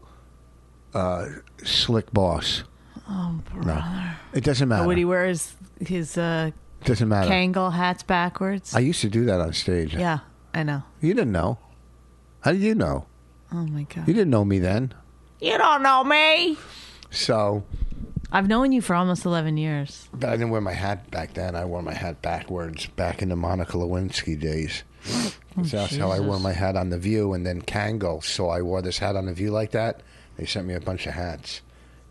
C: Uh, slick boss. Oh, brother. It doesn't matter.
E: Oh, Would he wear his, his uh,
C: doesn't matter.
E: Kangol hats backwards?
C: I used to do that on stage.
E: yeah, I know.
C: You didn't know. How did you know?
E: Oh my
C: You
E: God.
C: didn't know me then.
E: You don't know me.
C: So,
E: I've known you for almost 11 years.
C: but I didn't wear my hat back then. I wore my hat backwards back in the Monica Lewinsky days. So that's how I wore
E: Oh, Jesus.
C: my hat on The View and then Kangol. So I wore this hat on The View like that. They sent me a bunch of hats.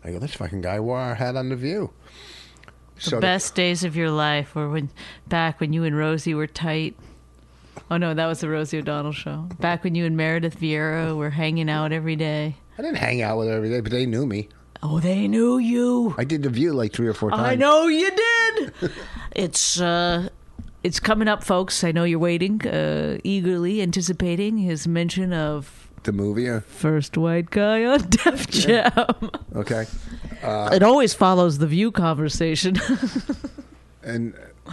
C: I go, this fucking guy wore our hat on The View. So
E: Best days of your life were when back when you and Rosie were tight. Oh no, that was the Rosie O'Donnell show. Back when you and Meredith Vieira were hanging out every day.
C: I didn't hang out with her every day, but they knew me.
E: Oh, they knew you.
C: I did The View like three or four times.
E: I know you did. it's uh, it's coming up, folks. I know you're waiting, uh, eagerly anticipating his mention of
C: The movie, uh,
E: first white guy on Def Jam.
C: okay. Uh,
E: it always follows the View conversation.
C: And uh,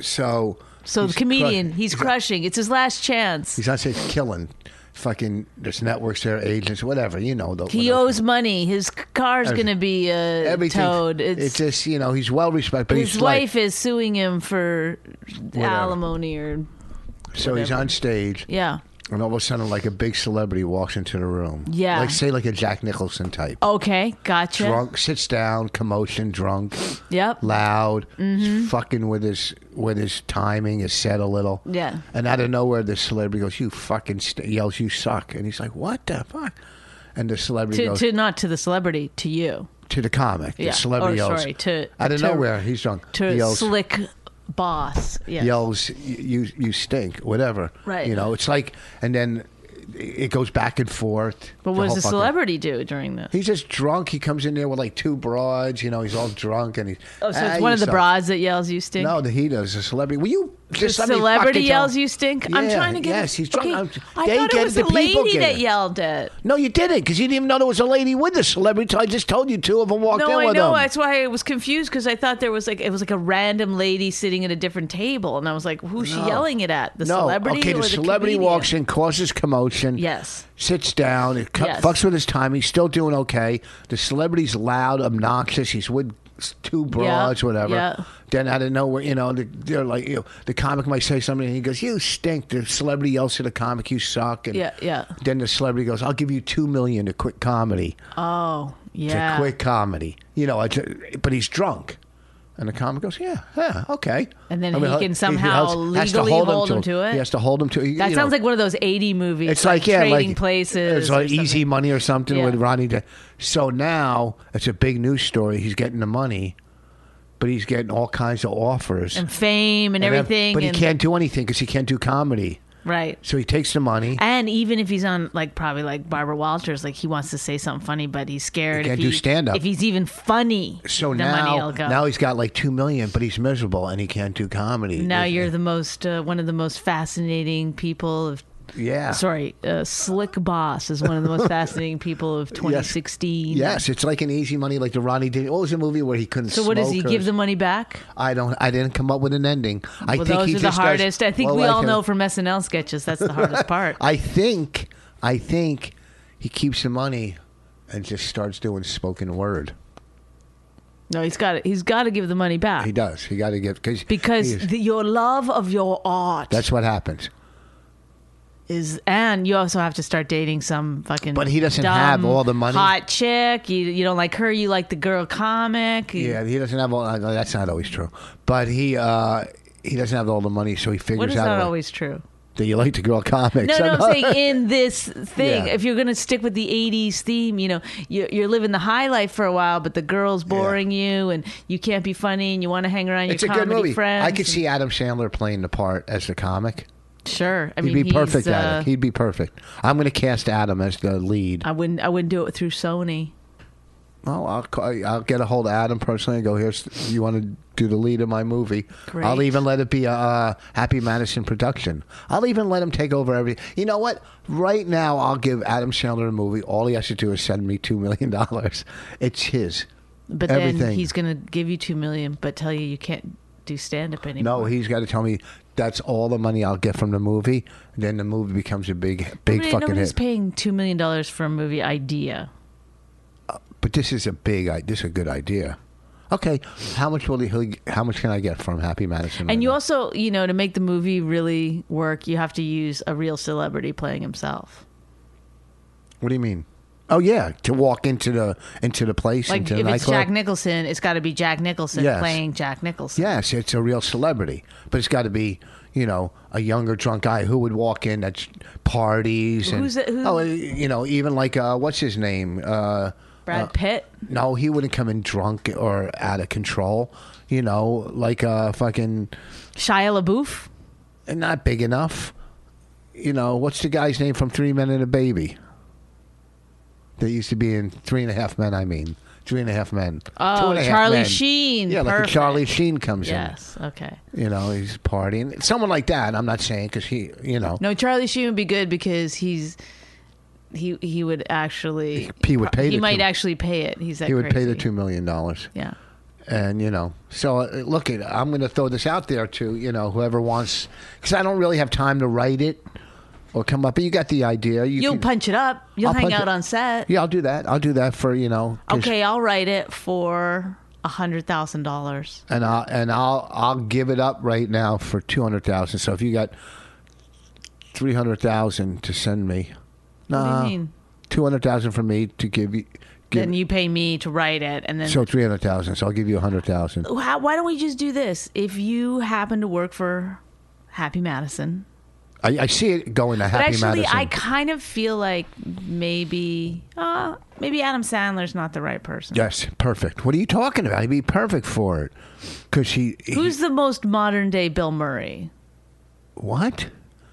C: so
E: so the
C: He's
E: comedian,
C: crushing.
E: he's crushing. It's his last chance.
C: he's on stage killing fucking, there's networks there, agents, whatever, you know. The,
E: He owes money. His c- car's
C: Everything.
E: going to be uh,
C: everything.
E: towed. It's,
C: It's just, you know, he's well respected, but
E: his
C: he's like-
E: wife is suing him for alimony or
C: So he's on stage.
E: yeah.
C: and all of a sudden, like a big celebrity walks into the room.
E: Yeah. Oh,
C: Like, say, like a Jack Nicholson type.
E: Okay, gotcha.
C: Drunk, sits down, commotion, drunk,
E: Yep. Mm-hmm.
C: loud, fucking with his with his timing, is set a little.
E: Yeah.
C: And out of nowhere, this celebrity goes, "You fucking!" St-, yells, "You suck!" And he's like, "What the fuck?" And the celebrity
E: To,
C: goes
E: to not to the celebrity, to you.
C: to the comic,
E: Yeah.
C: the celebrity
E: Or,
C: yells.
E: sorry, to-
C: out of
E: to-
C: nowhere, he's drunk.
E: To
C: He yells,
E: slick boss. Yes.
C: yells, "You you stink," whatever.
E: Right.
C: You know, it's like, and then it goes back and forth.
E: But what
C: whole
E: does the
C: fucking-
E: celebrity do during this?
C: He's just drunk. He comes in there with like two broads. You know, he's all drunk and he's.
E: Oh, so
C: "Ah,
E: it's one
C: you
E: of the
C: suck."
E: broads that yells you stink.
C: No, the he does. The celebrity. Will you just let me
E: celebrity
C: fucking
E: yells
C: tell-
E: you stink. I'm
C: Yeah,
E: trying to get.
C: Yes, he's drunk.
E: Okay,
C: I'm-
E: I
C: they
E: thought
C: get
E: it
C: it,
E: was
C: the
E: a
C: people
E: lady
C: get
E: that
C: it.
E: yelled it.
C: No, you didn't, because you didn't even know there was a lady with the celebrity. till I just told you two of them walked in
E: No, I
C: with
E: know.
C: them.
E: That's why I was confused because I thought there was like it was like a random lady sitting at a different table, and I was like, "Who's she yelling it at? The
C: no,
E: celebrity
C: okay.
E: or
C: The
E: the
C: celebrity
E: comedian?
C: walks in, causes commotion.
E: Yes.
C: sits down. It cu-
E: Yes.
C: fucks with his time. He's still doing okay. The celebrity's loud, obnoxious. He's with s- two broads, whatever.
E: yeah.
C: Then out of nowhere, you know, the- they're like, you know, the comic might say something, and he goes, "You stink." The celebrity yells to the comic, "You suck!" And
E: Yeah, yeah.
C: Then the celebrity goes, "I'll give you two million to quit comedy."
E: Oh, yeah.
C: To quit comedy, you know, it's a- but he's drunk. And the comic goes, yeah, yeah, okay.
E: And then he
C: he'll-
E: can somehow
C: has- has to
E: legally hold him to it?
C: He has to hold him to it.
E: That sounds like one of those '80 movies.
C: It's like, yeah,
E: trading
C: like
E: places.
C: It's like
E: or something.
C: Easy Money or something
E: Yeah.
C: with Ronnie. De- so now it's a big news story. He's getting the money, but he's getting all kinds of offers
E: and fame and,
C: And then-
E: everything.
C: But
E: and-
C: he can't do anything because he can't do comedy.
E: Right.
C: So he takes the money.
E: And even if he's on like probably like Barbara Walters, like he wants to say something funny, but he's scared.
C: He can't
E: if
C: do stand-up.
E: If he's even funny,
C: So
E: the money
C: now,
E: will go.
C: now he's got like two million, but he's miserable and he can't do comedy.
E: Now
C: There's-
E: you're the most uh, one of the most fascinating people of.
C: yeah.
E: Sorry, uh, Slick Boss is one of the most fascinating people of 2016.
C: Yes, it's like an easy money, like the Ronnie. Did, what was the movie where he couldn't?
E: So what does he
C: smoke or-
E: give the money back?
C: I don't. I didn't come up with an ending. I
E: well,
C: think
E: those
C: he
E: are
C: just
E: the
C: does-
E: hardest. I think
C: Well,
E: we all
C: can-
E: know from SNL sketches that's the hardest part.
C: I think I think he keeps the money and just starts doing spoken word.
E: no, he's got it. He's got to give the money back
C: He does. He got to give cause he
E: because
C: is-
E: the, your love of your art
C: that's what happens.
E: is, and you also have to start dating some fucking.
C: But he doesn't
E: dumb,
C: have all the money.
E: Hot chick, you you don't like her. You like the girl comic. You-
C: Yeah, he doesn't have all. uh, That's not always true. But he uh, he doesn't have all the money, so he figures
E: what is
C: out a
E: not
C: way-
E: always true.
C: that you like to girl comics.
E: No, no, I'm saying in this thing,
C: Yeah.
E: if you're going to stick with the 80s theme, you know, you, you're living the high life for a while, but the girl's boring you and you can't be funny and you want to hang around
C: it's a
E: your
C: good
E: comedy
C: movie.
E: friends.
C: I could see Adam Sandler playing the part as the comic.
E: Sure. I
C: He'd
E: mean,
C: be perfect
E: he's,
C: at
E: uh,
C: it. He'd be perfect. I'm going to cast Adam as the lead.
E: I wouldn't, I wouldn't do it through Sony.
C: Well, I'll call, I'll get a hold of Adam personally and go. Here's you want to do the lead of my movie.
E: Great.
C: I'll even let it be a, uh Happy Madison production. I'll even let him take over every. You know what? Right now, I'll give Adam Sandler a movie. All he has to do is send me two million dollars. It's his.
E: But then
C: Everything.
E: he's going to give you 2 million, but tell you you can't do stand up anymore.
C: No, he's got to tell me that's all the money I'll get from the movie. Then the movie becomes a big, big
E: Nobody,
C: fucking
E: nobody's
C: hit.
E: paying $2 million for a movie idea.
C: but this is a big. i- This is a good idea. Okay, how much will he? he'll- How much can I get from Happy Madison? right
E: And you
C: now?
E: also, you know, to make the movie really work, you have to use a real celebrity playing himself.
C: What do you mean? Oh yeah, to walk into the into the place
E: Like
C: into the
E: if it's
C: nightclub.
E: Jack Nicholson, it's got to be Jack Nicholson
C: Yes.
E: playing Jack Nicholson.
C: yes, it's a real celebrity, but it's got to be you know a younger drunk guy who would walk in at parties and
E: Who's it- who-
C: oh you know even like uh, what's his name uh,
E: Brad
C: uh,
E: Pitt.
C: no, he wouldn't come in drunk or out of control. You know, like uh, fucking
E: Shia LaBeouf.
C: not big enough. You know, what's the guy's name from Three Men and a Baby? That used to be in Three and a Half Men. I mean, Three and a Half Men.
E: Oh,
C: Two and a Half
E: Charlie
C: Men.
E: Sheen.
C: Yeah, like a
E: Perfect.
C: Charlie Sheen comes
E: Yes. Okay.
C: in. You know, he's partying. Someone like that. I'm not saying because he, you know,
E: No, Charlie Sheen would be good because he's he he would actually
C: He would pay
E: He
C: the
E: might
C: two-
E: actually pay it. He's that
C: he would pay the
E: crazy.
C: two million dollars.
E: Yeah.
C: and you know so uh, look it i'm going to throw this out there to you know whoever wants because i don't really have time to write it or come up but you got the idea you
E: You'll
C: can-
E: punch it up. You'll
C: I'll
E: hang
C: punch
E: out
C: it-
E: on set.
C: yeah i'll do that i'll do that for you know 'cause-
E: Okay, I'll write it for a hundred thousand dollars.
C: and i'll and i'll i'll give it up right now for 200000 so if you got three hundred thousand to send me.
E: What
C: Nah,
E: do you mean?
C: two hundred thousand for me to give you. Uh, Give,
E: Then you pay me to write it, and then
C: so three hundred thousand. So I'll give you a hundred thousand.
E: how, why don't we just do this? If you happen to work for Happy Madison,
C: I, I see it going to
E: but
C: Happy
E: actually,
C: Madison.
E: I kind of feel like maybe, uh, maybe Adam Sandler's not the right person.
C: yes, perfect. What are you talking about? He'd be perfect for it. Cause he, he-
E: Who's the most modern day Bill Murray?
C: what?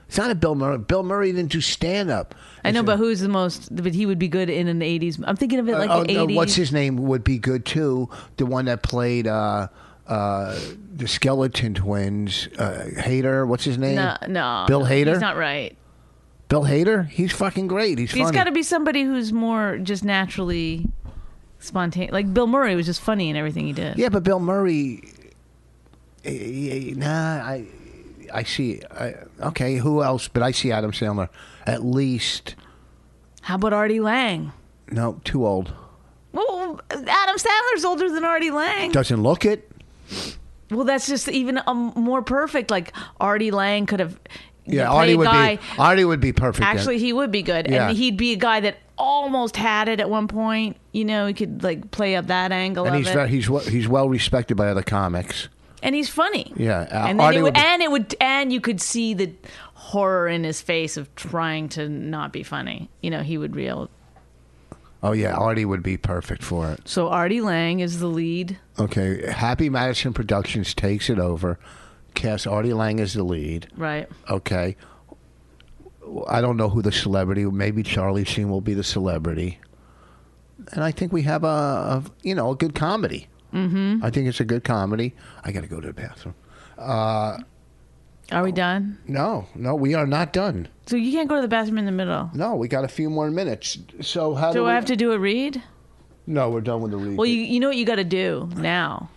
C: It's not a Bill Murray. Bill Murray didn't do stand up.
E: I know, but who's the most? But he would be good in an '80s. I'm thinking of it like
C: oh,
E: the
C: no,
E: '80s.
C: what's his name would be good too. The one that played uh, uh, the Skeleton Twins, uh, Hader. What's his name?
E: No, no,
C: Bill Hader.
E: He's not right.
C: Bill Hader. He's fucking great. He's
E: He's
C: funny.
E: got to be somebody who's more just naturally spontaneous. Like Bill Murray was just funny in everything he did.
C: yeah, but Bill Murray. eh, eh, Nah, I, I see. I, okay, who else? But I see Adam Sandler. At least
E: How about Artie Lang?
C: no, too old.
E: Well, Adam Sandler's older than Artie Lang.
C: Doesn't look it.
E: Well, that's just even um, more perfect. Like Artie Lang could have.
C: Yeah,
E: played
C: Artie
E: a
C: would
E: guy.
C: be. Artie would be perfect. then.
E: Actually, he would be good,
C: Yeah.
E: and he'd be a guy that almost had it at one point. You know, he could like play up that angle
C: and
E: of
C: he's
E: it,
C: very, he's we- he's well respected by other comics.
E: and he's funny.
C: Yeah, uh,
E: and then
C: Artie
E: it
C: would
E: would,
C: be-
E: and it would, and you could see the horror in his face of trying to not be funny. You know, he would reel.
C: Oh yeah, Artie would be perfect for it.
E: So Artie Lang is the lead.
C: Okay, Happy Madison Productions takes it over. Casts Artie Lang as the lead.
E: Right.
C: Okay, I don't know who the celebrity. Maybe Charlie Sheen will be the celebrity. And I think we have a, a you know a good comedy. Mm-hmm. I think it's a good comedy. I got to go to the bathroom.
E: Are we done?
C: No, no, we are not done.
E: So you can't go to the bathroom in the middle.
C: No, we got a few more minutes. So how do,
E: Do
C: we
E: I have to do a read?
C: No, we're done with the read.
E: Well, you you know what you got to do now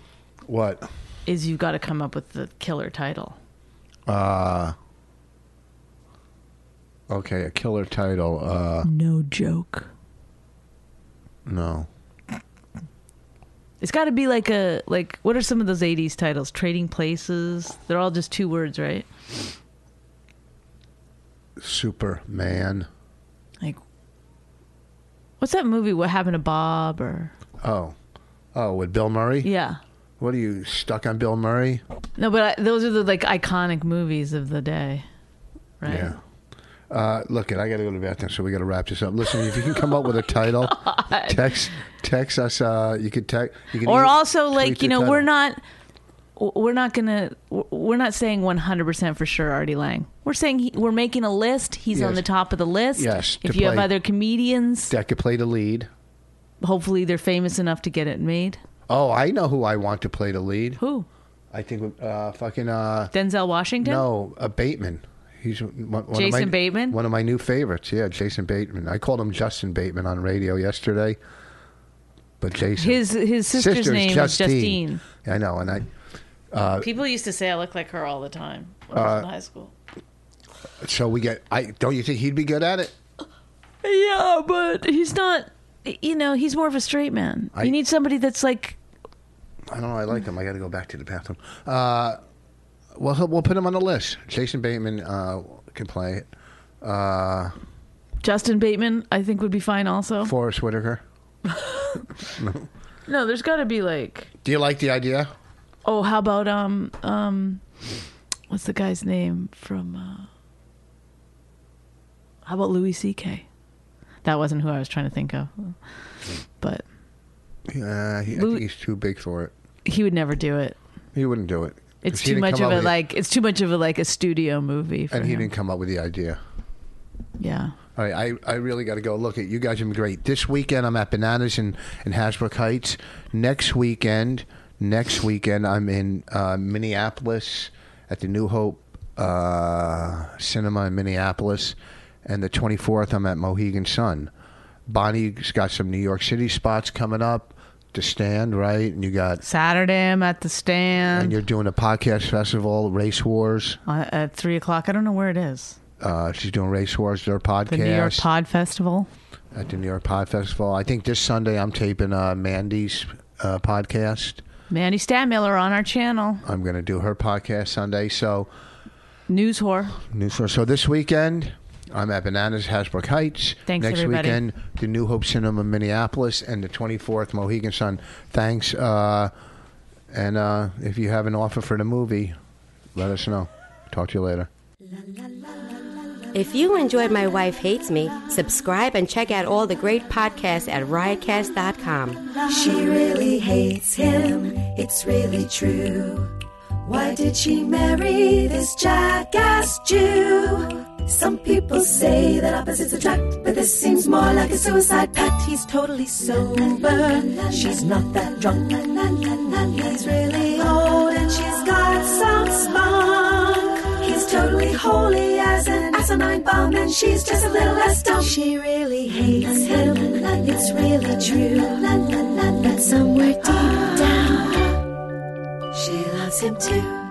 C: what?
E: is you've got to come up with the killer title.
C: Okay, a killer title. Uh,
E: No joke.
C: no.
E: It's got to be like a like what are some of those 80s titles? Trading Places. They're all just two words, right?
C: Superman.
E: Like What's that movie What Happened to Bob or
C: Oh. Oh, with Bill Murray?
E: Yeah.
C: What are you stuck on Bill Murray?
E: No, but I, those are the like iconic movies of the day. Right?
C: Yeah. Uh, look, it. I got to go to the bathroom, so we got to wrap this up. Listen, if you can come
E: Oh
C: up with a title, text text us. Uh, you could text. You could
E: Or
C: e-
E: also
C: tweet
E: like,
C: the
E: you know, we're
C: title.
E: not we're not going to we're not saying 100% for sure Artie Lang. We're saying he, we're making a list. He's on
C: Yes.
E: the top of the list.
C: Yes,
E: If
C: to
E: you have
C: play.
E: other comedians,
C: that could play the lead.
E: hopefully they're famous enough to get it made.
C: Oh, I know who I want to play the lead.
E: Who?
C: I think uh, fucking uh,
E: Denzel Washington?
C: no, uh, Bateman. He's one, one of my,
E: Jason Bateman?
C: One of my new favorites. Yeah, Jason Bateman. I called him Justin Bateman on radio yesterday, but Jason.
E: His his sister's,
C: sister's
E: name
C: Justine. Uh,
E: is Justine.
C: I know, and I
E: People used to say I look like her all the time when I
C: Uh,
E: was in high school.
C: so we get. I don't you think he'd be good at it?
E: Yeah, but he's not. You know, he's more of a straight man.
C: I-
E: you need somebody that's like.
C: I don't know. I like him. I got to go back to the bathroom. Uh, well, he'll- we'll put him on the list. Jason Bateman uh, can play it. Uh,
E: Justin Bateman, I think would be fine. Also,
C: Forrest Whitaker.
E: no, there's got to be like,
C: Do you like the idea?
E: oh, how about um um, what's the guy's name from? Uh, how about Louis C.K. That wasn't who I was trying to think of, but
C: Yeah, he, I
E: Lou-
C: think he's too big for it.
E: he would never do it.
C: He wouldn't do it. 'Cause
E: It's
C: he
E: too
C: didn't
E: much
C: come
E: of
C: up
E: a
C: with it.
E: like. It's too much of a like a studio movie. For
C: and he
E: him.
C: didn't come up with the idea.
E: Yeah.
C: All right, I, I really got to go. Look, at you guys have been great. This weekend, I'm at Bananas in, in Hasbrook Heights. Next weekend, next weekend, I'm in uh, Minneapolis at the New Hope uh, Cinema in Minneapolis. And the 24th, I'm at Mohegan Sun. Bonnie's got some New York City spots coming up. The Stand, right? And you got,
E: Saturday, I'm at the
C: and
E: stand
C: you're doing a podcast festival, Race Wars.
E: uh, at three o'clock. I don't know where it is.
C: Uh, she's doing Race Wars, their podcast.
E: The New York Pod Festival.
C: at the New York Pod Festival. I think this Sunday I'm taping uh, Mandy's uh, podcast.
E: Mandy Stadmiller on our channel.
C: I'm going to do her podcast Sunday. So
E: News whore.
C: New source. So this weekend, I'm at Bananas Hasbrook Heights.
E: Thanks,
C: Next
E: everybody.
C: weekend, the New Hope Cinema Minneapolis and the 24th Mohegan Sun. Thanks. Uh, and uh, if you have an offer for the movie, let us know. Talk to you later.
G: If you enjoyed My Wife Hates Me, subscribe and check out all the great podcasts at riotcast.com.
B: She really hates him, it's really true. Why did she marry this jackass Jew? Some people say that opposites attract, but this seems more like a suicide pact. He's totally sober, she's not that drunk. He's really old and she's got some spunk. He's totally holy as an asinine bomb, and she's just a little less dumb. She really hates him, it's really true. But somewhere deep down, she loves him too.